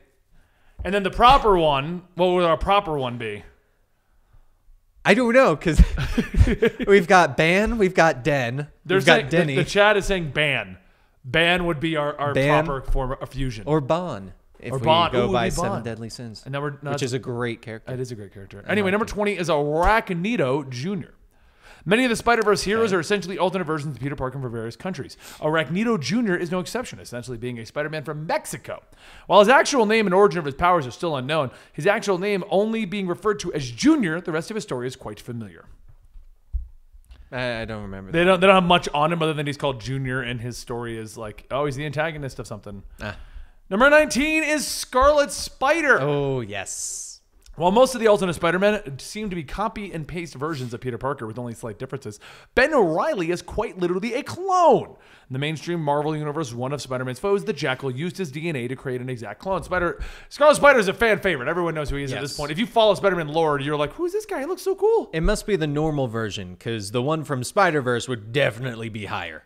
Speaker 1: And then the proper one, what would our proper one be?
Speaker 2: I don't know because we've got Ban, we've got Den,
Speaker 4: They're
Speaker 2: we've got
Speaker 4: saying- the-
Speaker 2: Denny
Speaker 4: The, chat is saying ban. Ban would be our, our
Speaker 2: Ban.
Speaker 4: proper form of fusion.
Speaker 2: or Bon if
Speaker 4: Or
Speaker 2: we
Speaker 4: Bon. Ooh,
Speaker 2: go
Speaker 4: it'd
Speaker 2: by
Speaker 4: be Bon.
Speaker 2: Seven Deadly Sins,
Speaker 4: and now we're not
Speaker 2: which is a great character.
Speaker 4: It is a great character. Anyway, number 20 is Arachnito Jr. Many of the Spider Verse heroes are essentially alternate versions of Peter Parker from various countries. Arachnito Jr. is no exception, essentially being a Spider Man from Mexico. While his actual name and origin of his powers are still unknown, his actual name only being referred to as Jr., the rest of his story is quite familiar.
Speaker 2: I, I don't remember.
Speaker 4: They don't, they don't have much on him other than he's called Jr., and his story is like, oh, he's the antagonist of something.
Speaker 2: Ah.
Speaker 4: Number 19 is Scarlet Spider.
Speaker 2: that. Oh yes,
Speaker 4: While most of the alternate Spider-Man seem to be copy and paste versions of Peter Parker with only slight differences, Ben O'Reilly is quite literally a clone. In the mainstream Marvel universe, one of Spider-Man's foes, the Jackal, used his DNA to create an exact clone. Spider Scarlet Spider is a fan favorite. Everyone knows who he is at this
Speaker 2: Yes.
Speaker 4: point. If you follow Spider-Man lore, you're like, who's this guy? He looks so cool.
Speaker 2: it must be the normal version because the one from Spider Verse would definitely be higher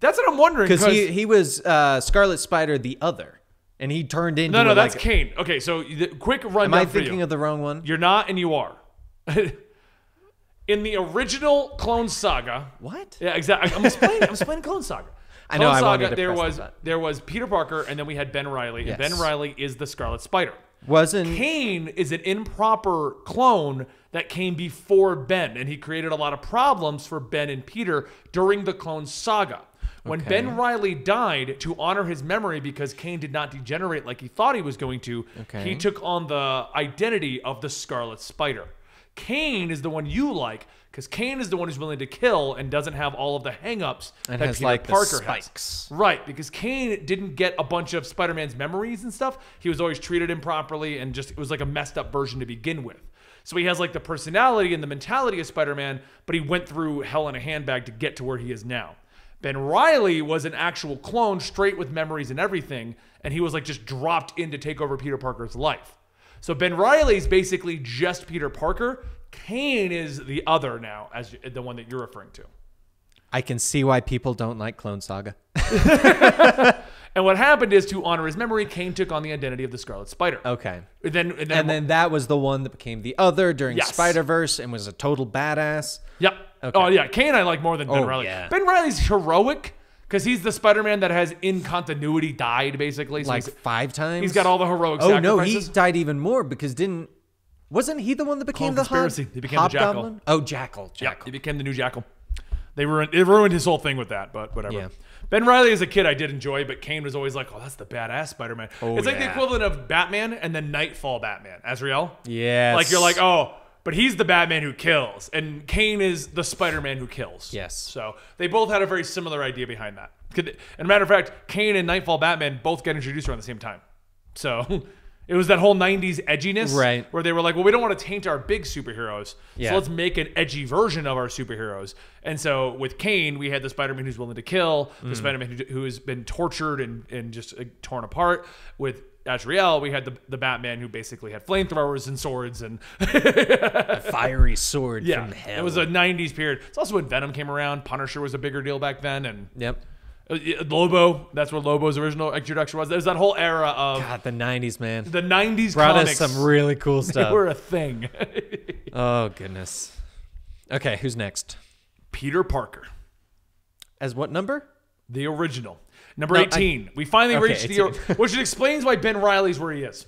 Speaker 4: That's what I'm wondering.
Speaker 2: because he he was uh, Scarlet Spider the other, and he turned into
Speaker 4: no, no,
Speaker 2: a,
Speaker 4: that's
Speaker 2: like,
Speaker 4: Kane. Okay, so the, quick
Speaker 2: Am
Speaker 4: rundown
Speaker 2: I
Speaker 4: for
Speaker 2: thinking
Speaker 4: you.
Speaker 2: of the wrong one?
Speaker 4: you're not, and you are. In the original Clone Saga,
Speaker 2: What?
Speaker 4: Yeah, exactly. I'm explaining. I'm explaining Clone Saga.
Speaker 2: I
Speaker 4: Clone
Speaker 2: know, I
Speaker 4: Saga.
Speaker 2: wanted to
Speaker 4: there
Speaker 2: press
Speaker 4: was
Speaker 2: that.
Speaker 4: there was Peter Parker, and then we had Ben Riley, and Ben
Speaker 2: Yes.
Speaker 4: Riley is the Scarlet Spider.
Speaker 2: Wasn't
Speaker 4: Kane is an improper clone that came before Ben, and he created a lot of problems for Ben and Peter during the Clone Saga. When Ben Riley died, to honor his memory because Kane did not degenerate like he thought he was going to,
Speaker 2: Okay.
Speaker 4: he took on the identity of the Scarlet Spider. Kane is the one you like because Kane is the one who's willing to kill and doesn't have all of the hangups
Speaker 2: And
Speaker 4: that
Speaker 2: has,
Speaker 4: Peter
Speaker 2: like, the
Speaker 4: Parker has.
Speaker 2: spikes.
Speaker 4: Right, because Kane didn't get a bunch of Spider Man's memories and stuff. He was always treated improperly and just, it was like a messed up version to begin with. So he has like the personality and the mentality of Spider Man, but he went through hell in a handbag to get to where he is now. Ben Riley was an actual clone, straight with memories and everything, and he was like just dropped in to take over Peter Parker's life. So Ben Riley's basically just Peter Parker. Kane is the other now, as the one that you're referring to.
Speaker 2: I can see why people don't like Clone Saga.
Speaker 4: And what happened is, to honor his memory, Kane took on the identity of the Scarlet Spider.
Speaker 2: Okay.
Speaker 4: And then, and then,
Speaker 2: And then that was the one that became the other during
Speaker 4: Yes.
Speaker 2: Spider Verse and was a total badass.
Speaker 4: yep.
Speaker 2: Okay.
Speaker 4: Oh yeah, Kane I like more than Ben
Speaker 2: Oh,
Speaker 4: Riley.
Speaker 2: yeah.
Speaker 4: Ben Riley's heroic because he's the Spider-Man that has in continuity died basically. So
Speaker 2: Like
Speaker 4: he's-
Speaker 2: five times.
Speaker 4: he's got all the heroic
Speaker 2: Oh no, he
Speaker 4: sacrifices.
Speaker 2: died even more because didn't wasn't he the one that became
Speaker 4: Clone
Speaker 2: the
Speaker 4: conspiracy.
Speaker 2: Hob-
Speaker 4: He became the Jackal.
Speaker 2: Hobgoblin? Oh Jackal.
Speaker 4: yeah,
Speaker 2: Jackal.
Speaker 4: he became the new Jackal. They ruined it ruined his whole thing with that, but whatever.
Speaker 2: Yeah.
Speaker 4: Ben Riley as a kid I did enjoy, but Kane was always like, "Oh, that's the badass Spider-Man."
Speaker 2: Oh,
Speaker 4: it's like the
Speaker 2: yeah.
Speaker 4: equivalent of Batman and then Nightfall Batman, Azrael.
Speaker 2: Yes.
Speaker 4: Like you're like, oh, but he's the Batman who kills, and Kane is the Spider-Man who kills.
Speaker 2: Yes.
Speaker 4: So they both had a very similar idea behind that. Could- And a matter of fact, Kane and Nightfall Batman both got introduced around the same time. So it was that whole '90s edginess,
Speaker 2: Right.
Speaker 4: Where they were like, well, we don't want to taint our big superheroes,
Speaker 2: Yeah.
Speaker 4: so let's make an edgy version of our superheroes. And so with Kane, we had the Spider-Man who's willing to kill, the
Speaker 2: Mm.
Speaker 4: Spider-Man who, who has been tortured and and just uh, torn apart. With Azrael, we had the, the Batman who basically had flamethrowers and swords and
Speaker 2: fiery sword
Speaker 4: yeah,
Speaker 2: from hell.
Speaker 4: it was a '90s period. It's also when Venom came around. Punisher was a bigger deal back then, and
Speaker 2: Yep.
Speaker 4: uh, yeah, Lobo. That's where Lobo's original introduction was. There's that whole era of
Speaker 2: God, the nineties, man.
Speaker 4: the '90s
Speaker 2: Brought
Speaker 4: comics.
Speaker 2: us some really cool
Speaker 4: they
Speaker 2: stuff.
Speaker 4: were a thing.
Speaker 2: Oh goodness. Okay, who's next?
Speaker 4: Peter Parker.
Speaker 2: As what number?
Speaker 4: The original. Number
Speaker 2: No, I-
Speaker 4: 18. we finally
Speaker 2: Okay,
Speaker 4: reached the.
Speaker 2: 18.
Speaker 4: Which explains why Ben Riley's where he is.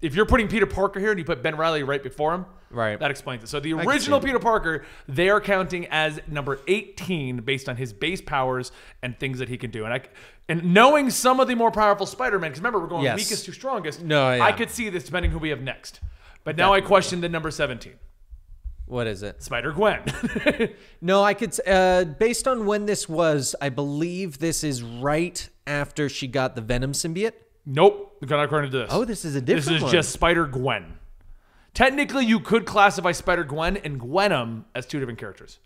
Speaker 4: If you're putting Peter Parker here and you put Ben Riley right before him,
Speaker 2: Right.
Speaker 4: that explains it. So the
Speaker 2: see
Speaker 4: original
Speaker 2: it.
Speaker 4: Peter Parker, they are counting as number 18 based on his base powers and things that he can do. And I, and knowing some of the more powerful Spider-Man, because remember we're going
Speaker 2: Yes.
Speaker 4: weakest to strongest.
Speaker 2: No, yeah.
Speaker 4: I could see this depending who we have next. But now I question the number 17,
Speaker 2: What is it?
Speaker 4: Spider Gwen.
Speaker 2: No, I could. s- Uh, based on when this was, I believe this is right after she got the Venom symbiote.
Speaker 4: nope, not according to this.
Speaker 2: Oh, this is a different
Speaker 4: This is
Speaker 2: one.
Speaker 4: just Spider Gwen. Technically, you could classify Spider Gwen and Gwenum as two different characters.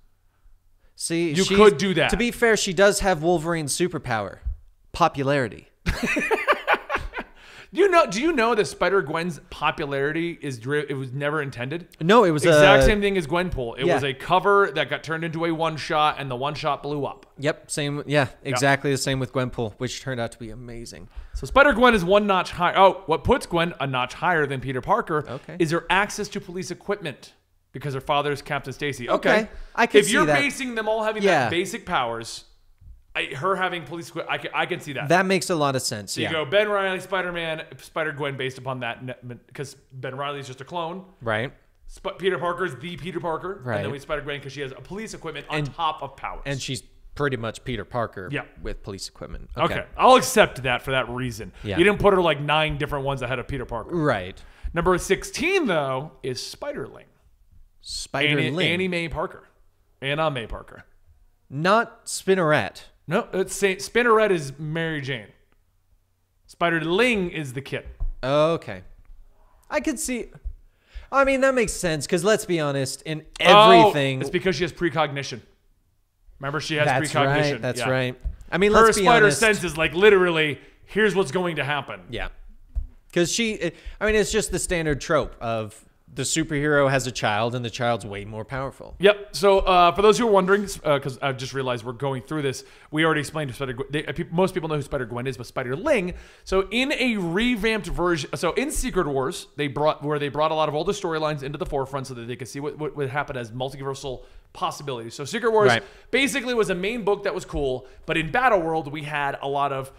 Speaker 2: See,
Speaker 4: you
Speaker 2: she's-
Speaker 4: could do that.
Speaker 2: To be fair, she does have Wolverine's superpower, popularity.
Speaker 4: Do you know? Do you know that Spider Gwen's popularity is dri- it was never intended?
Speaker 2: No, it was
Speaker 4: Exact
Speaker 2: uh,
Speaker 4: same thing as Gwenpool. It
Speaker 2: yeah.
Speaker 4: was a cover that got turned into a one shot, and the one shot blew up.
Speaker 2: Yep, same. Yeah, exactly the same with Gwenpool, which turned out to be amazing.
Speaker 4: So Spider Gwen is one notch higher. Oh, what puts Gwen a notch higher than Peter Parker
Speaker 2: Okay.
Speaker 4: is her access to police equipment. because her father's Captain Stacy. Okay.
Speaker 2: Okay, I can
Speaker 4: if
Speaker 2: see
Speaker 4: you're
Speaker 2: that.
Speaker 4: basing them all having
Speaker 2: Yeah.
Speaker 4: that basic powers, I, her having police, equi- I can, I can see that.
Speaker 2: That makes a lot of sense.
Speaker 4: you
Speaker 2: yeah.
Speaker 4: go Ben Riley, Spider Man, Spider Gwen, based upon that, because Ben Riley's just a clone.
Speaker 2: Right.
Speaker 4: Sp- Peter Parker's the Peter Parker, and
Speaker 2: Right.
Speaker 4: then we Spider Gwen because she has a police equipment on top of powers.
Speaker 2: And she's pretty much Peter Parker
Speaker 4: Yeah.
Speaker 2: with police equipment.
Speaker 4: okay. I'll accept that for that reason.
Speaker 2: Yeah.
Speaker 4: You didn't put her like nine different ones ahead of Peter Parker.
Speaker 2: Right.
Speaker 4: Number sixteen though is Spiderling,
Speaker 2: Spider
Speaker 4: Annie,
Speaker 2: Link.
Speaker 4: Annie Mae Parker, Anna Mae Parker.
Speaker 2: Not Spinneret.
Speaker 4: No, it's Saint Spinneret is Mary Jane. Spiderling is the kid.
Speaker 2: Okay. I could see. I mean, that makes sense because let's be honest, in everything.
Speaker 4: Oh, it's because she has precognition. Remember, she has
Speaker 2: that's
Speaker 4: precognition.
Speaker 2: right. That's
Speaker 4: Yeah.
Speaker 2: right. I mean,
Speaker 4: Her
Speaker 2: let's be
Speaker 4: spider
Speaker 2: honest.
Speaker 4: sense is like literally here's what's going to happen.
Speaker 2: Yeah. Because she, eh, I mean, it's just the standard trope of the superhero has a child and the child's way more powerful.
Speaker 4: Yep. So uh, for those who are wondering, because I've just realized we're going through this, we already explained Spider. They, uh, peop- most people know who Spider Gwen is, but Spider Ling. So in a revamped version, so in Secret Wars, they brought where they brought a lot of older storylines into the forefront so that they could see what, what would happen as multiversal possibilities. So Secret Wars
Speaker 2: Right.
Speaker 4: basically was a main book that was cool, but in Battle World we had a lot of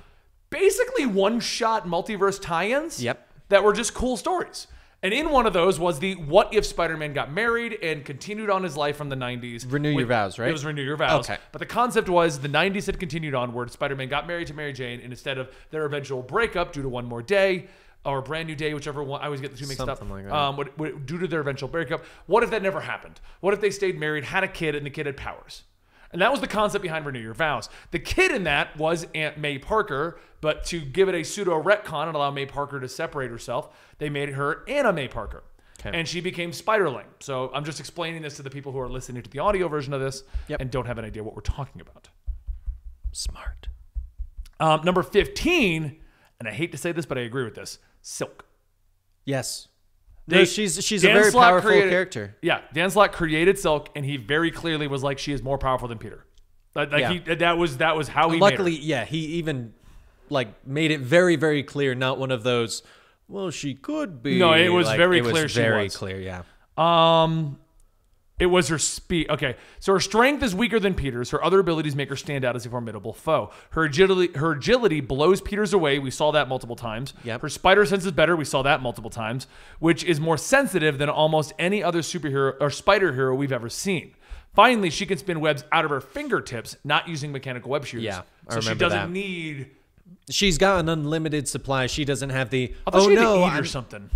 Speaker 4: basically one shot multiverse tie-ins
Speaker 2: Yep.
Speaker 4: that were just cool stories. And in one of those was the what if Spider-Man got married and continued on his life from the 90s.
Speaker 2: Renew your
Speaker 4: With-
Speaker 2: vows, right?
Speaker 4: It was renew your vows.
Speaker 2: Okay.
Speaker 4: But the concept was the 90s had continued onward. Spider-Man got married to Mary Jane, and instead of their eventual breakup due to one more day or brand new day, whichever one, I always get the two mixed up.
Speaker 2: Something like that.
Speaker 4: Um, what, what, due to their eventual breakup, what if that never happened? What if they stayed married, had a kid, and the kid had powers? And that was the concept behind Renew Your Vows. The kid in that was Aunt May Parker, but to give it a pseudo retcon and allow May Parker to separate herself, they made her Anna May Parker. And she became Spiderling. So I'm just explaining this to the people who are listening to the audio version of this
Speaker 2: Yep.
Speaker 4: and don't have an idea what we're talking about.
Speaker 2: Smart.
Speaker 4: Um, number 15, and I hate to say this, but I agree with this Silk.
Speaker 2: Yes.
Speaker 4: They-
Speaker 2: no, she's she's
Speaker 4: Dan
Speaker 2: a very
Speaker 4: Slott
Speaker 2: powerful
Speaker 4: created-
Speaker 2: character.
Speaker 4: Yeah, Dan Slott created Silk, and he very clearly was like, she is more powerful than Peter. Like, like
Speaker 2: Yeah.
Speaker 4: he, that was that was how he. made her.
Speaker 2: Luckily, yeah, he even like made it very very clear. Not one of those. Well, she could be.
Speaker 4: No, it was
Speaker 2: like,
Speaker 4: very
Speaker 2: it
Speaker 4: clear
Speaker 2: Was
Speaker 4: she
Speaker 2: very
Speaker 4: was.
Speaker 2: clear. Yeah.
Speaker 4: Um, it was her speed. Okay, so her strength is weaker than Peter's. Her other abilities make her stand out as a formidable foe. Her agility, her agility blows Peter's away. We saw that multiple times.
Speaker 2: Yep.
Speaker 4: Her spider sense is better. We saw that multiple times, which is more sensitive than almost any other superhero or spider hero we've ever seen. Finally, she can spin webs out of her fingertips, not using mechanical web shooters.
Speaker 2: Yeah, I
Speaker 4: so she
Speaker 2: remember
Speaker 4: doesn't
Speaker 2: that.
Speaker 4: need.
Speaker 2: She's got an unlimited supply. She doesn't have the.
Speaker 4: I thought
Speaker 2: Oh
Speaker 4: she had to
Speaker 2: no,
Speaker 4: eat
Speaker 2: I'm
Speaker 4: or something.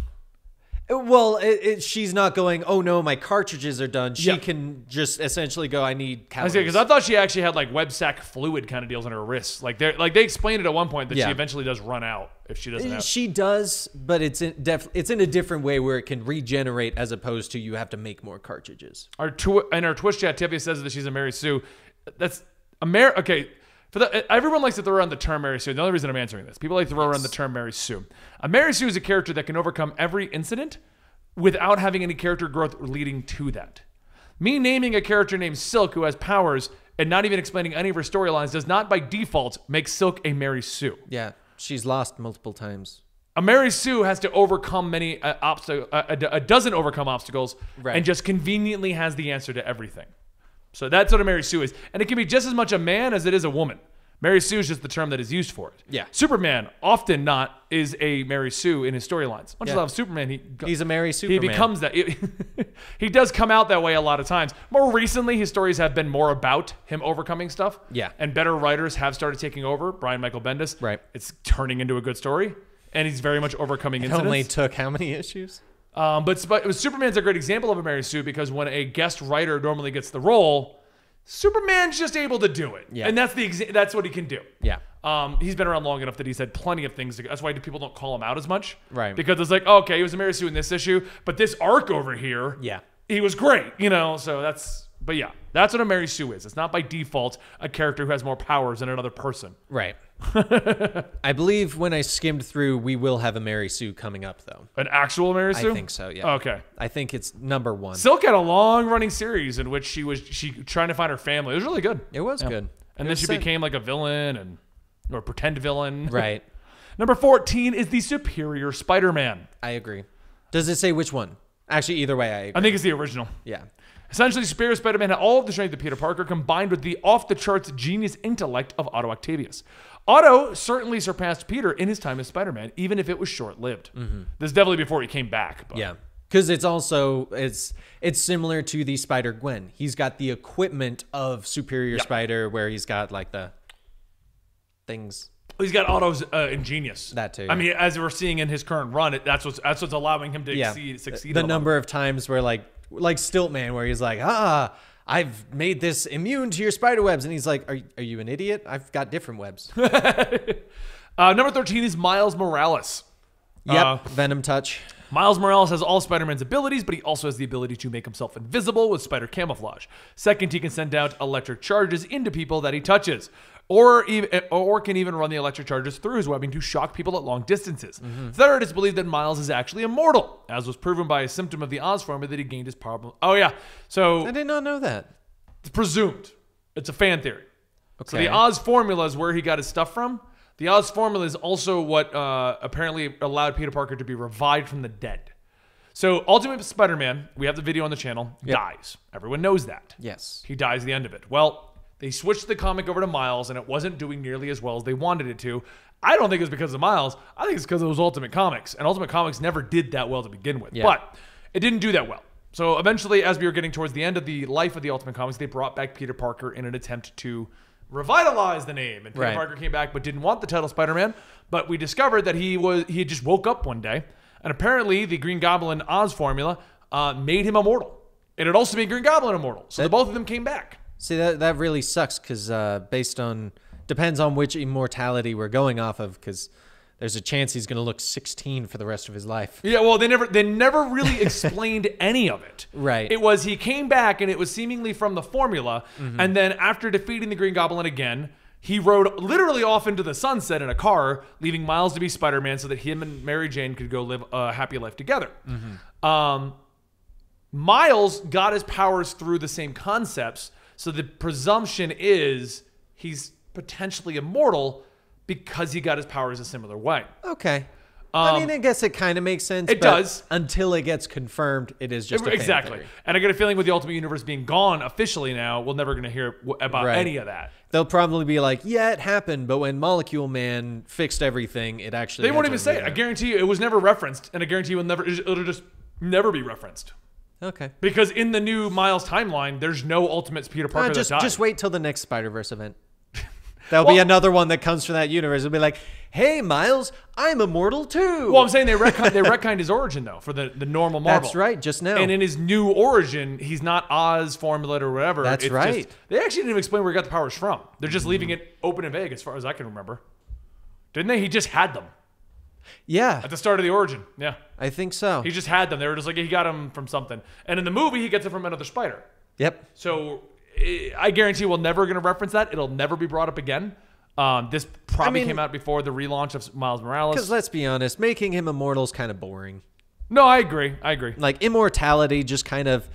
Speaker 2: Well, it, it, she's not going. Oh no, my cartridges are done. She
Speaker 4: Yeah.
Speaker 2: can just essentially go. I need
Speaker 4: I
Speaker 2: calories.
Speaker 4: was because I thought she actually had like web sac fluid kind of deals on her wrists. Like they like they explained it at one point that
Speaker 2: Yeah.
Speaker 4: she eventually does run out if she doesn't have.
Speaker 2: she does, but it's in def- it's in a different way where it can regenerate as opposed to you have to make more cartridges.
Speaker 4: Our tw- and our Twitch chat, Tippy says that she's a Mary Sue. That's a Mary. Okay, for the everyone likes to throw around the term Mary Sue. The only reason I'm answering this, people like to throw around the term Mary Sue. A Mary Sue is a character that can overcome every incident without having any character growth leading to that. Me naming a character named Silk who has powers and not even explaining any of her storylines does not by default make Silk a Mary Sue.
Speaker 2: Yeah, she's lost multiple times.
Speaker 4: A Mary Sue has to overcome many uh, obstacles, uh, a, a dozen overcome obstacles,
Speaker 2: Right.
Speaker 4: and just conveniently has the answer to everything. So that's what a Mary Sue is, and it can be just as much a man as it is a woman. Mary Sue is just the term that is used for it.
Speaker 2: Yeah.
Speaker 4: Superman often not is a Mary Sue in his storylines. Much as
Speaker 2: Yeah.
Speaker 4: I love Superman, he
Speaker 2: He's a Mary
Speaker 4: he
Speaker 2: Superman.
Speaker 4: becomes that. he does come out that way a lot of times. More recently, his stories have been more about him overcoming stuff.
Speaker 2: Yeah.
Speaker 4: And better writers have started taking over. Brian Michael Bendis.
Speaker 2: Right.
Speaker 4: It's turning into a good story. And he's very much overcoming
Speaker 2: It only
Speaker 4: incidents.
Speaker 2: took how many issues?
Speaker 4: um, but, Sp- Superman's a great example of a Mary Sue because when a guest writer normally gets the role, Superman's just able to do it.
Speaker 2: Yeah.
Speaker 4: And that's the exa- that's what he can do.
Speaker 2: Yeah.
Speaker 4: Um, he's been around long enough that he's had plenty of things. To, that's why people don't call him out as much.
Speaker 2: Right.
Speaker 4: Because it's like, okay, he was a Mary Sue in this issue, but this arc over here,
Speaker 2: Yeah.
Speaker 4: he was great, you know? So that's, but yeah, that's what a Mary Sue is. It's not by default a character who has more powers than another person.
Speaker 2: Right. I believe when I skimmed through, we will have a Mary Sue coming up though.
Speaker 4: An actual Mary Sue?
Speaker 2: I think so. Yeah.
Speaker 4: Okay.
Speaker 2: I think it's number one.
Speaker 4: Silk had a long running series in which she was, she trying to find her family. It was really good.
Speaker 2: it was good.
Speaker 4: and
Speaker 2: It
Speaker 4: then
Speaker 2: was
Speaker 4: she
Speaker 2: sad.
Speaker 4: became like a villain and, or pretend villain.
Speaker 2: right.
Speaker 4: Number 14 is the Superior Spider Man.
Speaker 2: I agree. Does it say which one? Actually, either way, I agree.
Speaker 4: I think it's the original.
Speaker 2: yeah.
Speaker 4: Essentially, Superior Spider-Man had all of the strength of Peter Parker combined with the off-the-charts genius intellect of Otto Octavius. Otto certainly surpassed Peter in his time as Spider-Man, even if it was short-lived. This is definitely before he came back. But.
Speaker 2: Mm-hmm. Yeah. Cuz it's also it's it's similar to the Spider-Gwen. He's got the equipment of Superior Spider where he's got like the things.
Speaker 4: He's got Otto's uh, ingenious.
Speaker 2: That too,
Speaker 4: I
Speaker 2: yeah.
Speaker 4: mean, as we're seeing in his current run, it, that's what's that's what's allowing him to
Speaker 2: Yeah. Uh,
Speaker 4: exceed, succeed.
Speaker 2: the
Speaker 4: at a lot.
Speaker 2: number of times where like like Stiltman where he's like, "Ah, I've made this immune to your spider webs." And he's like, "Are are you an idiot? I've got different webs." yep,
Speaker 4: Uh, number thirteen is Miles Morales. Uh,
Speaker 2: Venom touch.
Speaker 4: Miles Morales has all Spider Man's abilities, but he also has the ability to make himself invisible with spider camouflage. Second, he can send out electric charges into people that he touches, or, even, or can even run the electric charges through his webbing to shock people at long distances. Third, it's believed that Miles is actually immortal, as was proven by a symptom of the Oz formula that he gained his problem. Oh, yeah.
Speaker 2: I
Speaker 4: So,
Speaker 2: did not know that.
Speaker 4: it's presumed. It's a fan theory. So,
Speaker 2: Okay.
Speaker 4: the Oz formula is where he got his stuff from. The Oz formula is also what uh, apparently allowed Peter Parker to be revived from the dead. So Ultimate Spider-Man, we have the video on the channel, dies. Everyone knows that.
Speaker 2: Yes.
Speaker 4: He dies at the end of it. Well, they switched the comic over to Miles and it wasn't doing nearly as well as they wanted it to. I don't think it was because of Miles. I think it's because it was Ultimate Comics. And Ultimate Comics never did that well to begin with. But it didn't do that well. So eventually, as we were getting towards the end of the life of the Ultimate Comics, they brought back Peter Parker in an attempt to revitalize the name. And Peter
Speaker 2: Right.
Speaker 4: Parker came back but didn't want the title Spider-Man. But we discovered that he was he had just woke up one day, and apparently the Green Goblin Oz formula uh, made him immortal. It had also made Green Goblin immortal, so the both of them came back.
Speaker 2: See that that really sucks because uh, based on depends on which immortality we're going off of because there's a chance he's going to look 16 for the rest of his life.
Speaker 4: Yeah, well, they never they never really explained any of it.
Speaker 2: Right.
Speaker 4: It was he came back and it was seemingly from the formula, and then after defeating the Green Goblin again, he rode literally off into the sunset in a car, leaving Miles to be Spider-Man so that him and Mary Jane could go live a happy life together. Um, Miles got his powers through the same concepts, so the presumption is he's potentially immortal because he got his powers a similar way.
Speaker 2: Okay. I mean, I guess Um, it kind of makes sense.
Speaker 4: it
Speaker 2: but
Speaker 4: does.
Speaker 2: until it gets confirmed. It is just a fan
Speaker 4: exactly.
Speaker 2: theory.
Speaker 4: And I get a feeling with the Ultimate Universe being gone officially now, we're never going to hear w- about
Speaker 2: Right.
Speaker 4: any of that.
Speaker 2: They'll probably be like, "Yeah, it happened," but when Molecule Man fixed everything, it actually
Speaker 4: They won't
Speaker 2: had
Speaker 4: even
Speaker 2: to
Speaker 4: say it. I
Speaker 2: redo
Speaker 4: guarantee you, it was never referenced, and I guarantee you, it'll never. It'll just never be referenced
Speaker 2: Okay.
Speaker 4: because in the new Miles timeline, there's no Ultimate Peter Parker
Speaker 2: Uh, just
Speaker 4: that died.
Speaker 2: just wait till the next Spider Verse event. That'll be
Speaker 4: Well-
Speaker 2: another one that comes from that universe. It'll be like, "Hey, Miles, I'm immortal too."
Speaker 4: well, I'm saying they retcon, they retconned his origin though for the, the normal Marvel.
Speaker 2: That's right, just now.
Speaker 4: And in his new origin, he's not Oz formula or whatever.
Speaker 2: That's
Speaker 4: It's just-
Speaker 2: right. Mm-hmm.
Speaker 4: they actually didn't even explain where he got the powers from. They're just leaving it open and vague, as far as I can remember. Didn't they? He just had them
Speaker 2: yeah,
Speaker 4: at the start of the origin. Yeah.
Speaker 2: I think so.
Speaker 4: He just had them. They were just like he got them from something. And in the movie, he gets it from another spider.
Speaker 2: Yep.
Speaker 4: So eh, I guarantee we're never going to reference that. It'll never be brought up again. Um, this probably
Speaker 2: I mean-
Speaker 4: came out before the relaunch of Miles
Speaker 2: Because
Speaker 4: Morales.
Speaker 2: let's be honest, making him immortal is kind of boring.
Speaker 4: No, I agree. I agree.
Speaker 2: Like immortality just kind of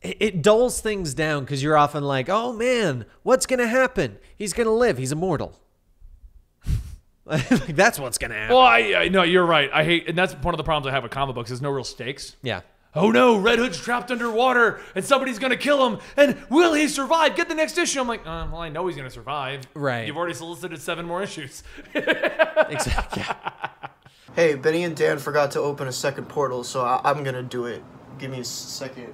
Speaker 2: it it dulls things down because you're often like, "Oh man, what's gonna happen? He's gonna live. He's immortal." like that's what's gonna happen.
Speaker 4: Well, I, I no, you're right. I hate, and that's one of the problems I have with comic books. There's no real stakes.
Speaker 2: yeah.
Speaker 4: Oh no, Red Hood's trapped underwater, and somebody's gonna kill him. And will he survive? Get the next issue. I'm like, uh, well, I know he's gonna survive.
Speaker 2: Right.
Speaker 4: You've already solicited seven more issues.
Speaker 2: Exactly. Yeah.
Speaker 5: Hey, Benny and Dan forgot to open a second portal, so I- I'm gonna do it. Give me a s- second.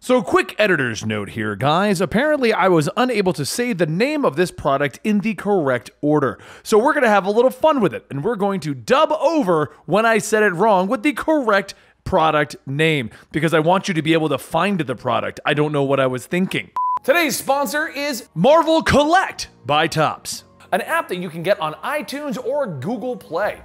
Speaker 4: So, quick editor's note here, guys. Apparently, I was unable to say the name of this product in the correct order. So, we're going to have a little fun with it, and we're going to dub over when I said it wrong with the correct product name because I want you to be able to find the product. I don't know what I was thinking.
Speaker 1: Today's sponsor is
Speaker 4: Marvel Collect by Tops.
Speaker 1: an app that you can get on iTunes or Google Play.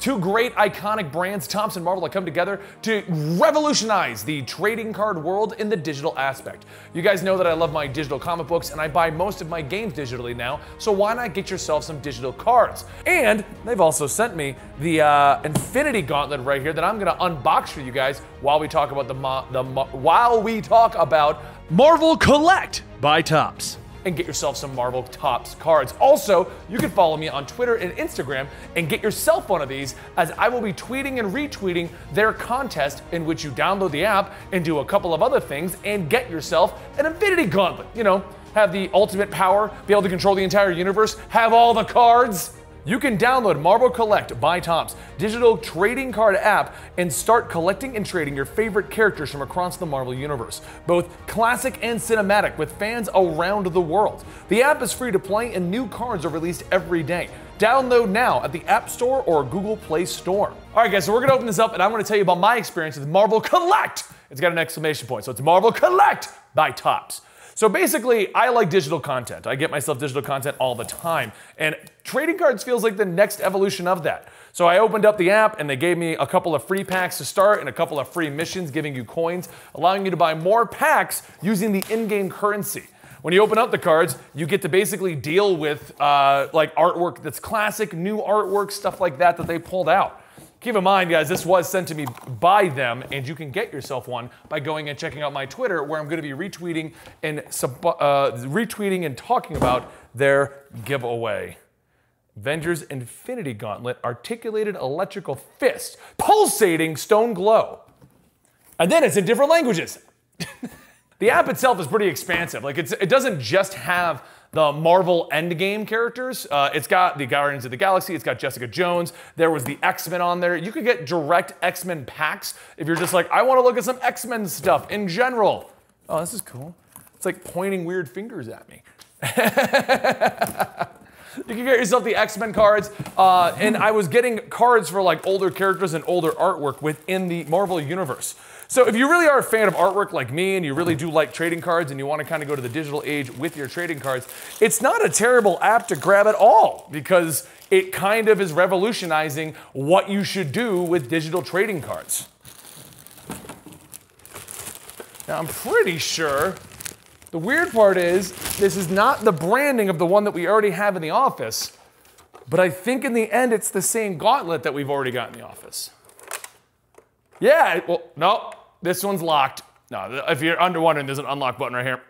Speaker 1: Two great iconic brands, Thompson Marvel, have come together to revolutionize the trading card world in the digital aspect. You guys know that I love my digital comic books and I buy most of my games digitally now, so why not get yourself some digital cards? And they've also sent me the uh, Infinity Gauntlet right here that I'm gonna unbox for you guys while we talk about the, mo- the mo- while we talk about
Speaker 4: Marvel Collect by Tops. and get yourself some Marvel Tops cards. Also, you can follow me on Twitter and Instagram and get yourself one of these as I will be tweeting and retweeting their contest in which you download the app and do a couple of other things and get yourself an Infinity Gauntlet. You know, have the ultimate power, be able to control the entire universe, have all the cards. You can download Marvel Collect by Tops digital trading card app and start collecting and trading your favorite characters from across the Marvel universe, both classic and cinematic with fans around the world. The app is free to play and new cards are released every day. Download now at the App Store or Google Play Store. All right guys, so we're going to open this up and I'm going to tell you about my experience with Marvel Collect. It's got an exclamation point, so it's Marvel Collect by Tops. So basically, I like digital content. I get myself digital content all the time. And trading cards feels like the next evolution of that. So I opened up the app and they gave me a couple of free packs to start and a couple of free missions, giving you coins, allowing you to buy more packs using the in game currency. When you open up the cards, you get to basically deal with uh, like artwork that's classic, new artwork, stuff like that that they pulled out. Keep in mind, guys, this was sent to me by them, and you can get yourself one by going and checking out my Twitter, where I'm going to be retweeting and sub- uh, retweeting and talking about their giveaway. Avengers Infinity Gauntlet articulated electrical fist, pulsating stone glow. And then it's in different languages. the app itself is pretty expansive. Like it's, it doesn't just have the Marvel Endgame characters. Uh, it's got the Guardians of the Galaxy. It's got Jessica Jones. There was the X Men on there. You could get direct X Men packs if you're just like, I want to look at some X Men stuff in general. Oh, this is cool. It's like pointing weird fingers at me. You can get yourself the X Men cards, uh, and I was getting cards for like older characters and older artwork within the Marvel universe. So if you really are a fan of artwork like me, and you really do like trading cards, and you want to kind of go to the digital age with your trading cards, it's not a terrible app to grab at all because it kind of is revolutionizing what you should do with digital trading cards. Now I'm pretty sure the weird part is, this is not the branding of the one that we already have in the office, but I think in the end it's the same gauntlet that we've already got in the office. Yeah, it- well, no, this one's locked. No, th- if you're under wondering, there's an unlock button right here.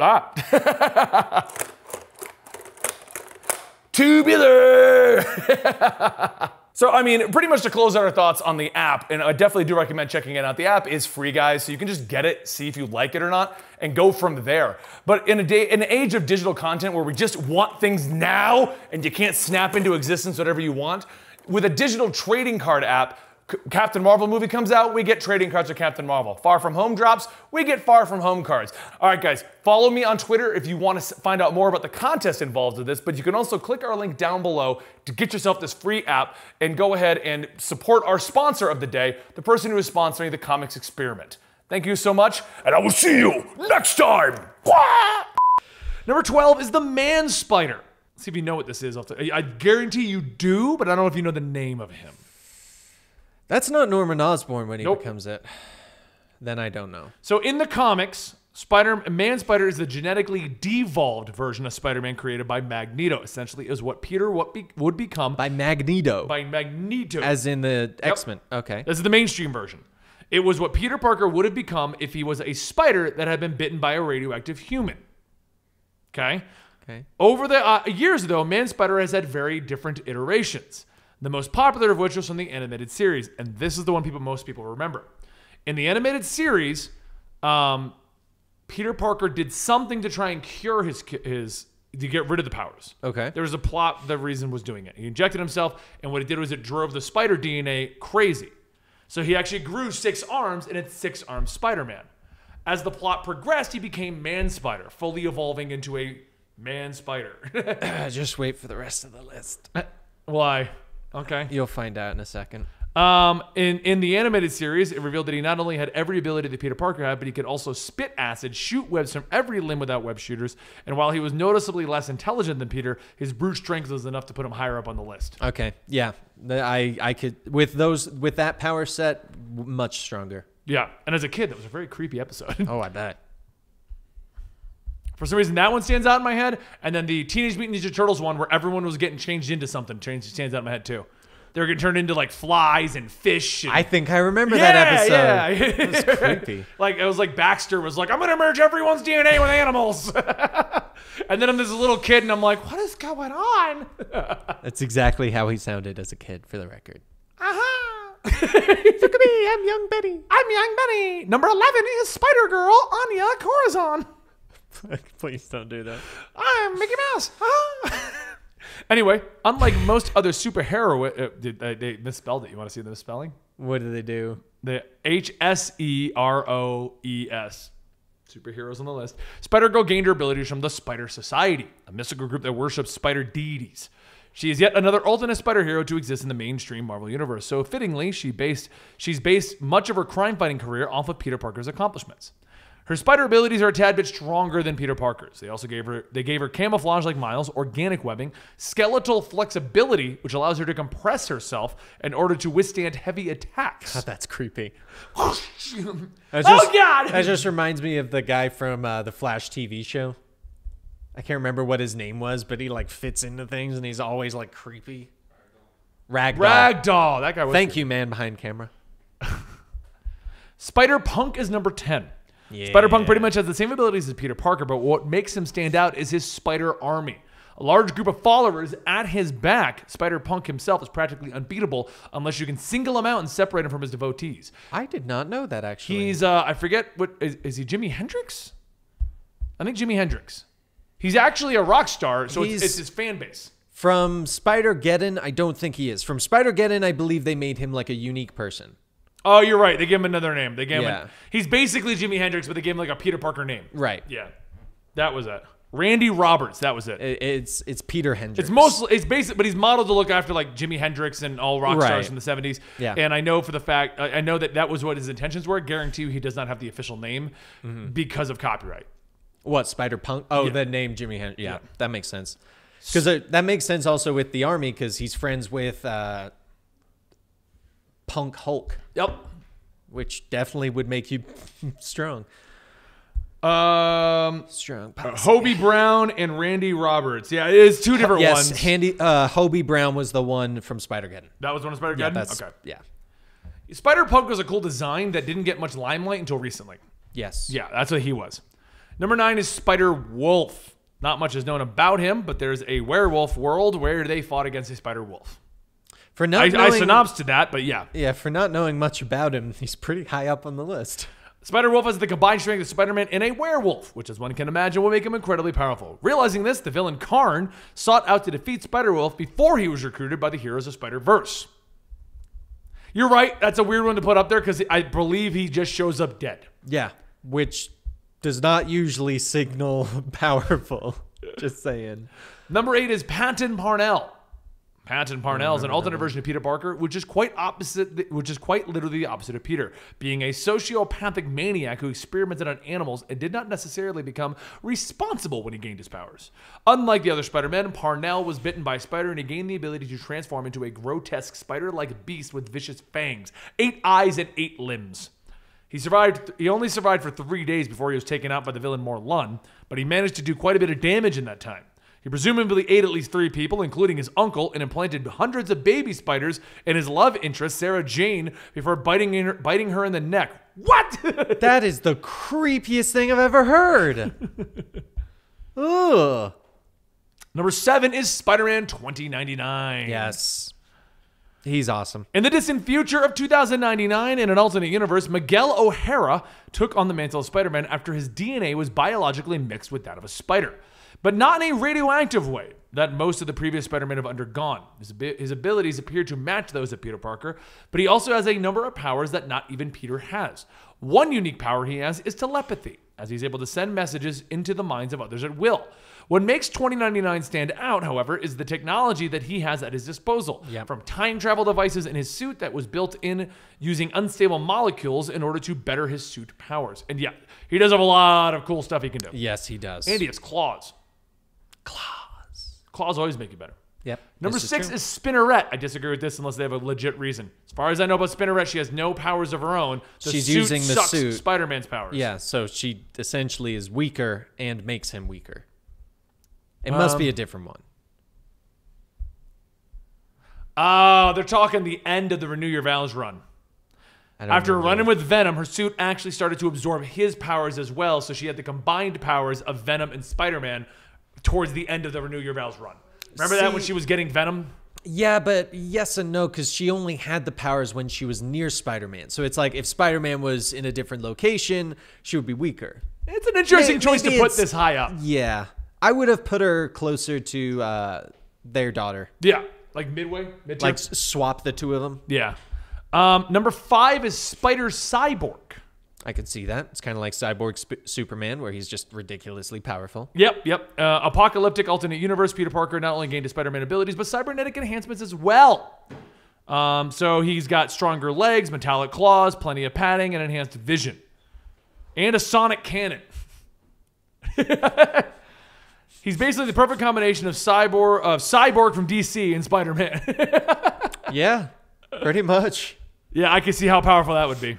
Speaker 4: Ah. Tubular! So, I mean, pretty much to close out our thoughts on the app, and I definitely do recommend checking it out. The app is free, guys, so you can just get it, see if you like it or not, and go from there. But in a day, in an age of digital content where we just want things now and you can't snap into existence whatever you want, with a digital trading card app, C- Captain Marvel movie comes out, we get trading cards with Captain Marvel. Far From Home drops, we get Far From Home cards. All right, guys, follow me on Twitter if you want to find out more about the contest involved with this, but you can also click our link down below to get yourself this free app and go ahead and support our sponsor of the day, the person who is sponsoring the comics experiment. Thank you so much, and I will see you next time. Wah!
Speaker 6: Number 12 is the Man Spider. Let's see if you know what this is. off the- I I guarantee you do, but I don't know if you know the name of him.
Speaker 2: That's not Norman Osborn when he
Speaker 6: Nope.
Speaker 2: becomes it. Then I don't know.
Speaker 6: So in the comics, Spider Man Spider is the genetically devolved version of Spider Man created by Magneto. Essentially, is what Peter what be, would become by,
Speaker 2: By Magneto,
Speaker 6: Magneto.
Speaker 2: as in the X Men. Okay.
Speaker 6: this is the mainstream version. It was what Peter Parker would have become if he was a spider that had been bitten by a radioactive human. Okay.
Speaker 2: Okay.
Speaker 6: Over the uh, years, though, Man Spider has had very different iterations. The most popular of which was from the animated series, and this is the one people most people remember. In the animated series, um, Peter Parker did something to try and cure his his to get rid of the powers.
Speaker 2: Okay.
Speaker 6: There was a plot the reason was doing it. He injected himself, and what it did was it drove the spider DNA crazy. So he actually grew six arms, and it's six armed Spider Man. As the plot progressed, he became Man Spider, fully evolving into a man spider.
Speaker 2: Uh, just wait for the rest of the list.
Speaker 6: Why? Okay.
Speaker 2: You'll find out in a second.
Speaker 6: Um, in, in the animated series, it revealed that he not only had every ability that Peter Parker had, but he could also spit acid, shoot webs from every limb without web shooters. And while he was noticeably less intelligent than Peter, his brute strength was enough to put him higher up on the list.
Speaker 2: Okay. Yeah. The- I I could with those with that power set w- much stronger.
Speaker 6: Yeah. And as a kid, that was a very creepy episode.
Speaker 2: Oh, I bet.
Speaker 6: For some reason, that one stands out in my head. And then the Teenage Mutant Ninja Turtles one, where everyone was getting changed into something, changed stands out in my head too.
Speaker 4: They're getting turned into like flies and fish. And,
Speaker 2: I think I remember
Speaker 4: yeah,
Speaker 2: that episode.
Speaker 4: Yeah, it was
Speaker 2: creepy.
Speaker 4: like it was like Baxter was like, I'm gonna merge everyone's DNA with animals. and then I'm this little kid, and I'm like, what is going on?
Speaker 2: That's exactly how he sounded as a kid, for the record.
Speaker 4: Aha! Look at me, I'm young Betty. Uh-huh. I'm young Betty. Number eleven is Spider Girl Anya Corazon.
Speaker 2: Please don't do that.
Speaker 4: I'm Mickey Mouse. Ah. anyway, unlike most other superheroines, uh, did- uh, they misspelled it. You want to see the misspelling?
Speaker 2: What do they do?
Speaker 4: The H S E R O E S. Superheroes on the list. Spider Girl gained her abilities from the Spider Society, a mystical group that worships spider deities. She is yet another alternate spider hero to exist in the mainstream Marvel universe. So fittingly, she based she's based much of her crime fighting career off of Peter Parker's accomplishments. Her spider abilities are a tad bit stronger than Peter Parker's. They also gave her they gave her camouflage like Miles, organic webbing, skeletal flexibility, which allows her to compress herself in order to withstand heavy attacks.
Speaker 2: That's creepy.
Speaker 4: oh
Speaker 2: That just-
Speaker 4: God!
Speaker 2: That just reminds me of the guy from uh, the Flash TV show. I can't remember what his name was, but he like fits into things and he's always like creepy. Ragdoll.
Speaker 4: Ragdoll. That guy was.
Speaker 2: Thank you, man behind camera.
Speaker 4: Spider Punk is number ten. Spider Punk pretty much has the same abilities as Peter Parker, but what makes him stand out is his spider army. A large group of followers at his back, Spider Punk himself is practically unbeatable unless you can single him out and separate him from his devotees.
Speaker 2: I did not know that actually.
Speaker 4: He's, uh, I forget what, is, is he Jimi Hendrix? I think Jimi Hendrix. He's actually a rock star, so it's,
Speaker 2: He's-
Speaker 4: it's his fan base.
Speaker 2: from Spider Geddon, I don't think he is. From Spider Geddon, I believe they made him like a unique person.
Speaker 4: Oh, you're right. They gave him another name. They gave
Speaker 2: Yeah.
Speaker 4: him. He's basically Jimi Hendrix, but they gave him like a Peter Parker name.
Speaker 2: Right.
Speaker 4: Yeah, that was it. Randy Roberts. That was it.
Speaker 2: I- It's it's Peter Hendricks.
Speaker 4: It's mostly it's basic, but he's modeled to look after like Jimi Hendrix and all rock
Speaker 2: Right.
Speaker 4: stars from the '70s.
Speaker 2: Yeah.
Speaker 4: and I know for the fact I I know that that was what his intentions were. Guarantee you, he does not have the official name
Speaker 2: Mm-hmm.
Speaker 4: because of copyright.
Speaker 2: What Spider Punk? Oh, the name Jimmy Hen. Yeah, that makes sense. Because that makes sense also with the army because he's friends with uh, Punk Hulk,
Speaker 4: Yep.
Speaker 2: which definitely would make you strong.
Speaker 4: Um,
Speaker 2: Strong.
Speaker 4: Hobie Brown and Randy Roberts. Yeah, it's two different
Speaker 2: yes,
Speaker 4: ones.
Speaker 2: Handy. Uh, Hobie Brown was the one from Spider Geddon.
Speaker 4: that was one of Spider.
Speaker 2: Yeah, that's
Speaker 4: okay.
Speaker 2: yeah.
Speaker 4: Spider Punk was a cool design that didn't get much limelight until recently.
Speaker 2: Yes.
Speaker 4: Yeah, that's what he was. Number nine is Spider Wolf. Not much is known about him, but there's a werewolf world where they fought against a spider wolf.
Speaker 2: For not
Speaker 4: I, I
Speaker 2: knowing,
Speaker 4: synopsed to that, but yeah.
Speaker 2: yeah, for not knowing much about him, he's pretty high up on the list.
Speaker 4: Spider Wolf has the combined strength of Spider Man and a werewolf, which, as one can imagine, will make him incredibly powerful. Realizing this, the villain Karn sought out to defeat Spider Wolf before he was recruited by the heroes of Spider Verse. You're right, that's a weird one to put up there because I believe he just shows up dead.
Speaker 2: Yeah, which does not usually signal powerful. Just saying.
Speaker 4: Number eight is Patton Parnell. Patton Parnell is an alternate version of Peter Parker, which is quite opposite, which is quite literally the opposite of Peter, being a sociopathic maniac who experimented on animals and did not necessarily become responsible when he gained his powers. Unlike the other Spider-Man, Parnell was bitten by a spider and he gained the ability to transform into a grotesque spider-like beast with vicious fangs, eight eyes, and eight limbs. He survived. He only survived for three days before he was taken out by the villain Morlun, but he managed to do quite a bit of damage in that time. He presumably ate at least three people, including his uncle, and implanted hundreds of baby spiders in his love interest, Sarah Jane, before biting in her, biting her in the neck. What?
Speaker 2: That is the creepiest thing I've ever heard. Ugh.
Speaker 4: Number seven is Spider-Man 2099.
Speaker 2: Yes. He's awesome.
Speaker 4: In the distant future of 2099, in an alternate universe, Miguel O'Hara took on the mantle of Spider Man after his DNA was biologically mixed with that of a spider, but not in a radioactive way that most of the previous Spider Men have undergone. His, abi- his abilities appear to match those of Peter Parker, but he also has a number of powers that not even Peter has. One unique power he has is telepathy, as he's able to send messages into the minds of others at will. What makes 2099 stand out, however, is the technology that he has at his disposal. From time travel devices in his suit that was built in using unstable molecules in order to better his suit powers. And yeah, he does have a lot of cool stuff he can do.
Speaker 2: Yes, he does.
Speaker 4: Andy, it's claws. Claws. Claws always make you better.
Speaker 2: Yep.
Speaker 4: Number
Speaker 2: this is
Speaker 4: six
Speaker 2: true.
Speaker 4: is Spinneret. I disagree with this unless they have a legit reason. As far as I know about Spinneret, she has no powers of her own. The
Speaker 2: She's
Speaker 4: suit
Speaker 2: using the
Speaker 4: sucks
Speaker 2: suit.
Speaker 4: Spider-Man's powers.
Speaker 2: Yeah, so she essentially is weaker and makes him weaker. Um, It must be a different one.
Speaker 4: Oh, they're talking the end of the Renew Your Vows run.
Speaker 2: I don't
Speaker 4: After
Speaker 2: remember.
Speaker 4: running with Venom, her suit actually started to absorb his powers as well, so she had the combined powers of Venom and Spider Man towards the end of the Renew Your Vows run. Remember that when
Speaker 2: See-
Speaker 4: she was getting Venom?
Speaker 2: Yeah, but yes and no, because she only had the powers when she was near Spider Man. So it's like if Spider Man was in a different location, she would be weaker.
Speaker 4: It's an interesting
Speaker 2: May-
Speaker 4: choice to
Speaker 2: maybe
Speaker 4: put
Speaker 2: it's-
Speaker 4: this high up.
Speaker 2: Yeah. I would have put her closer to uh, their daughter.
Speaker 4: Yeah, like midway, mid
Speaker 2: Like s- swap the two of them.
Speaker 4: yeah. Um, number five is Spider Cyborg.
Speaker 2: I could see that. It's kind of like Cyborg Sp- Superman, where he's just ridiculously powerful.
Speaker 4: Yep, yep. Uh, apocalyptic alternate universe. Peter Parker not only gained his Spider-Man abilities, but cybernetic enhancements as well. Um, so he's got stronger legs, metallic claws, plenty of padding, and enhanced vision, and a sonic cannon. he's basically the perfect combination of cyborg of cyborg from DC and Spider-Man.
Speaker 2: yeah, pretty much.
Speaker 4: yeah, I can see how powerful that would be.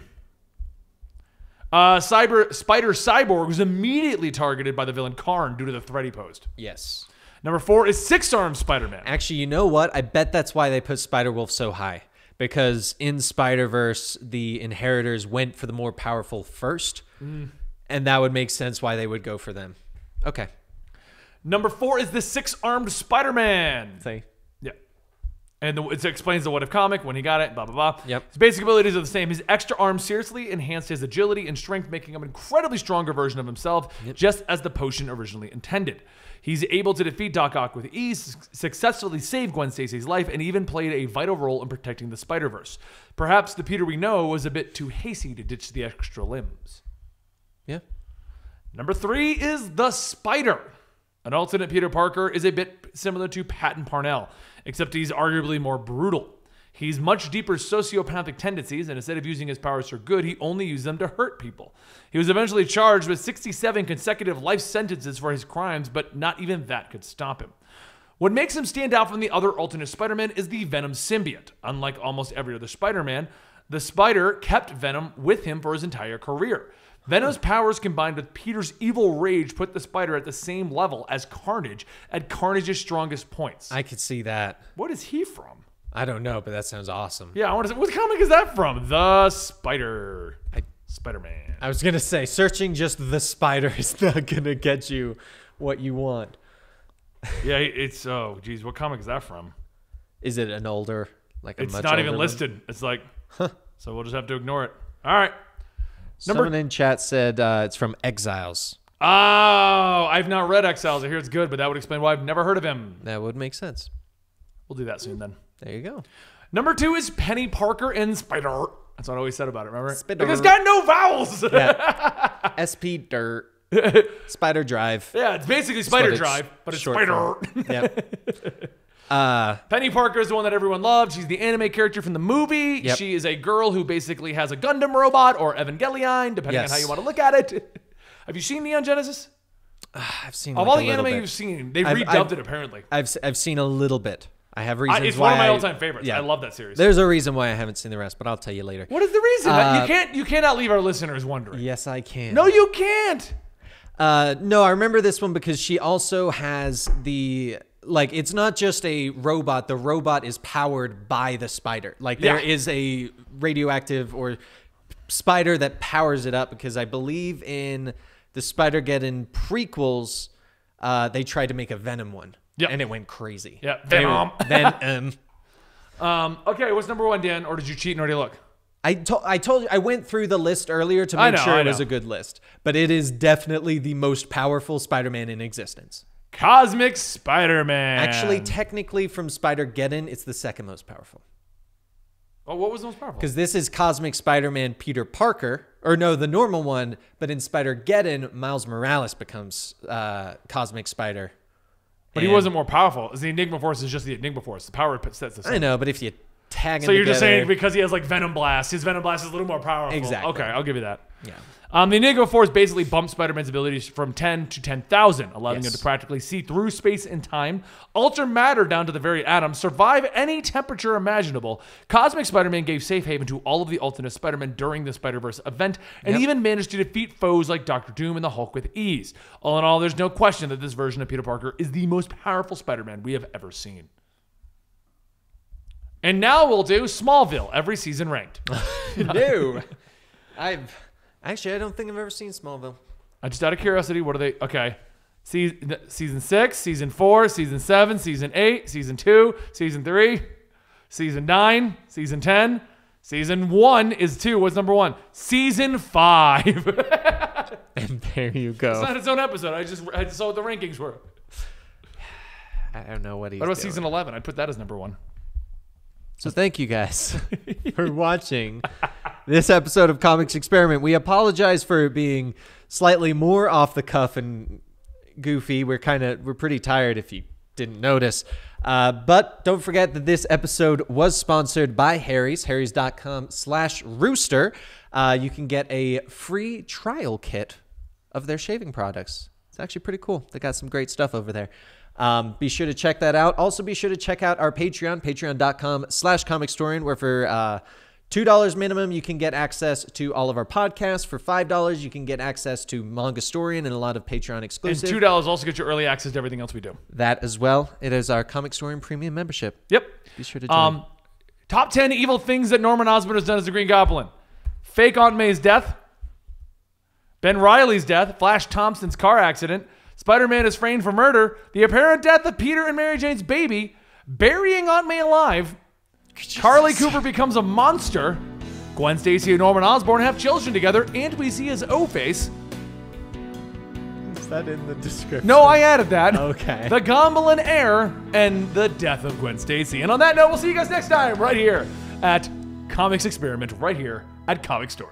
Speaker 4: Uh, cyber Spider Cyborg was immediately targeted by the villain Karn due to the threat he posed.
Speaker 2: Yes.
Speaker 4: Number four is six armed Spider Man.
Speaker 2: Actually, you know what? I bet that's why they put Spider Wolf so high. Because in Spider Verse, the inheritors went for the more powerful first.
Speaker 4: Mm.
Speaker 2: And that would make sense why they would go for them. Okay.
Speaker 4: Number four is the six armed Spider Man.
Speaker 2: Say.
Speaker 4: Yeah. And the, it explains the what if comic when he got it, blah, blah, blah.
Speaker 2: Yep.
Speaker 4: His basic abilities are the same. His extra arm seriously enhanced his agility and strength, making him an incredibly stronger version of himself, just as the potion originally intended. He's able to defeat Doc Ock with ease, suc- successfully save Gwen Stacy's life, and even played a vital role in protecting the Spider Verse. Perhaps the Peter we know was a bit too hasty to ditch the extra limbs.
Speaker 2: Yeah.
Speaker 4: Number three is the spider. An alternate Peter Parker is a bit similar to Patton Parnell, except he's arguably more brutal. He's much deeper sociopathic tendencies, and instead of using his powers for good, he only used them to hurt people. He was eventually charged with 67 consecutive life sentences for his crimes, but not even that could stop him. What makes him stand out from the other alternate Spider Man is the Venom symbiote. Unlike almost every other Spider Man, the Spider kept Venom with him for his entire career. Venom's powers combined with Peter's evil rage put the Spider at the same level as Carnage at Carnage's strongest points.
Speaker 2: I could see that.
Speaker 4: what is he from?
Speaker 2: I don't know, but that sounds awesome.
Speaker 4: Yeah, I want to say, what comic is that from? The Spider. Spider Man.
Speaker 2: I was going to say, searching just the spider is not going to get you what you want.
Speaker 4: Yeah, it's, oh, geez, what comic is that from?
Speaker 2: Is it an older, like a
Speaker 4: It's
Speaker 2: much
Speaker 4: not even
Speaker 2: older one?
Speaker 4: listed. It's like, so we'll just have to ignore it. All right.
Speaker 2: Someone in chat said uh, it's from Exiles.
Speaker 4: Oh, I've not read Exiles. I hear it's good, but that would explain why I've never heard of him.
Speaker 2: That would make sense.
Speaker 4: We'll do that soon then.
Speaker 2: There you go.
Speaker 4: Number two is Penny Parker and Spider. That's what I always said about it, remember?
Speaker 2: Spider.
Speaker 4: Like, it's got no vowels. Yeah,
Speaker 2: SP Dirt. Spider Drive.
Speaker 4: it's basically Spider
Speaker 2: it's
Speaker 4: Drive, but it's
Speaker 2: short
Speaker 4: Spider.
Speaker 2: Yep.
Speaker 4: Penny Parker is the one that everyone loves. She's the anime character from the movie.
Speaker 2: Yep.
Speaker 4: She is a girl who basically has a Gundam robot or Evangelion, depending
Speaker 2: Yes.
Speaker 4: on how you want to look at it. Have you seen Neon Genesis?
Speaker 2: I've seen
Speaker 4: Of
Speaker 2: like
Speaker 4: all
Speaker 2: Oh a
Speaker 4: the
Speaker 2: little
Speaker 4: anime
Speaker 2: bit.
Speaker 4: you've seen, they
Speaker 2: I've-
Speaker 4: redubbed
Speaker 2: I've-
Speaker 4: it apparently.
Speaker 2: I've s- I've seen a little bit. I have reasons
Speaker 4: it's
Speaker 2: why
Speaker 4: one of my
Speaker 2: I-
Speaker 4: all-time favorites.
Speaker 2: yeah.
Speaker 4: I love that series.
Speaker 2: There's a reason why I haven't seen the rest, but I'll tell you later.
Speaker 4: What is the reason? That-
Speaker 2: Uh,
Speaker 4: you can't. You cannot leave our listeners wondering.
Speaker 2: Yes, I can.
Speaker 4: No, you can't.
Speaker 2: Uh, no, I remember this one because she also has the like. It's not just a robot. The robot is powered by the spider. Like there
Speaker 4: Yeah.
Speaker 2: is a radioactive or spider that powers it up because I believe in the Spider Geddon prequels. Uh, they tried to make a Venom one,
Speaker 4: Yep.
Speaker 2: and it went crazy.
Speaker 4: Yeah,
Speaker 2: They were-
Speaker 4: Venom.
Speaker 2: Venom.
Speaker 4: Um. Okay. What's number one, Dan? Or did you cheat and already look?
Speaker 2: I, to- I told you I went through the list earlier to
Speaker 4: I
Speaker 2: make
Speaker 4: know,
Speaker 2: sure
Speaker 4: I
Speaker 2: it was
Speaker 4: know.
Speaker 2: a good list, but it is definitely the most powerful Spider-Man in existence.
Speaker 4: Cosmic Spider-Man.
Speaker 2: Actually, technically, from Spider Geddon, it's the second most powerful
Speaker 4: oh, what was the most powerful?
Speaker 2: because this is Cosmic Spider Man Peter Parker, or no, the normal one. But in Spider Geddon, Miles Morales becomes uh, Cosmic Spider.
Speaker 4: But he wasn't more powerful. The Enigma Force is just the Enigma Force. The power p- sets the
Speaker 2: I
Speaker 4: same.
Speaker 2: know, but if you tag, 'em
Speaker 4: So you're just
Speaker 2: together-
Speaker 4: saying because he has like Venom Blast, his Venom Blast is a little more powerful.
Speaker 2: Exactly.
Speaker 4: Okay, I'll give you that.
Speaker 2: yeah,
Speaker 4: Um, the Enigma Force basically bumped Spider-Man's abilities from 10 to 10,000, allowing
Speaker 2: Yes.
Speaker 4: him to practically see through space and time, alter matter down to the very atom, survive any temperature imaginable. Cosmic Spider-Man gave safe haven to all of the alternate Spider-Men during the Spider-Verse event, and
Speaker 2: Yep.
Speaker 4: even managed to defeat foes like Doctor Doom and the Hulk with ease. All in all, there's no question that this version of Peter Parker is the most powerful Spider-Man we have ever seen. And now we'll do Smallville every season ranked.
Speaker 2: no. I've actually I don't think I've ever seen Smallville.
Speaker 4: I Uh, just out of curiosity, what are they? Okay. Season, season six, season four, season seven, season eight, season two, season three, season nine, season 10, season one is two. What's number one? Season five. it's
Speaker 2: And there you go.
Speaker 4: not its own episode. I just, I just saw what the rankings were.
Speaker 2: I don't know what he's
Speaker 4: What
Speaker 2: doing.
Speaker 4: about season 11? I'd put that as number one.
Speaker 2: So thank you guys for watching this episode of Comics Experiment. We apologize for it being slightly more off the cuff and goofy. We're kind of we're pretty tired if you didn't notice. Uh, but don't forget that this episode was sponsored by Harry's, harrys.com slash rooster. Uh, you can get a free trial kit of their shaving products. It's actually pretty cool. They got some great stuff over there. Um, be sure to check that out. Also, be sure to check out our Patreon, patreon.com slash comicstorian, where for uh, $2 minimum, you can get access to all of our podcasts. For $5, you can get access to Mangastorian and a lot of Patreon
Speaker 4: And
Speaker 2: exclusive.
Speaker 4: $2 also gets you early access to everything else we do.
Speaker 2: that as well. It is our Comicstorian premium membership.
Speaker 4: Yep.
Speaker 2: Be sure to join.
Speaker 4: Um, top 10 evil things that Norman Osborn has done as the Green Goblin. Fake Aunt May's death. Ben Riley's death. Flash Thompson's car accident. Spider-Man is framed for murder. The apparent death of Peter and Mary Jane's baby. Burying Aunt May alive. Charlie Cooper becomes a monster. Gwen Stacy and Norman Osborn have children together, and we see his O-face.
Speaker 2: is that in the description?
Speaker 4: No, I added that.
Speaker 2: Okay.
Speaker 4: The Goblin Air and the death of Gwen Stacy. And on that note, we'll see you guys next time right here at Comics Experiment, right here at Comic Story.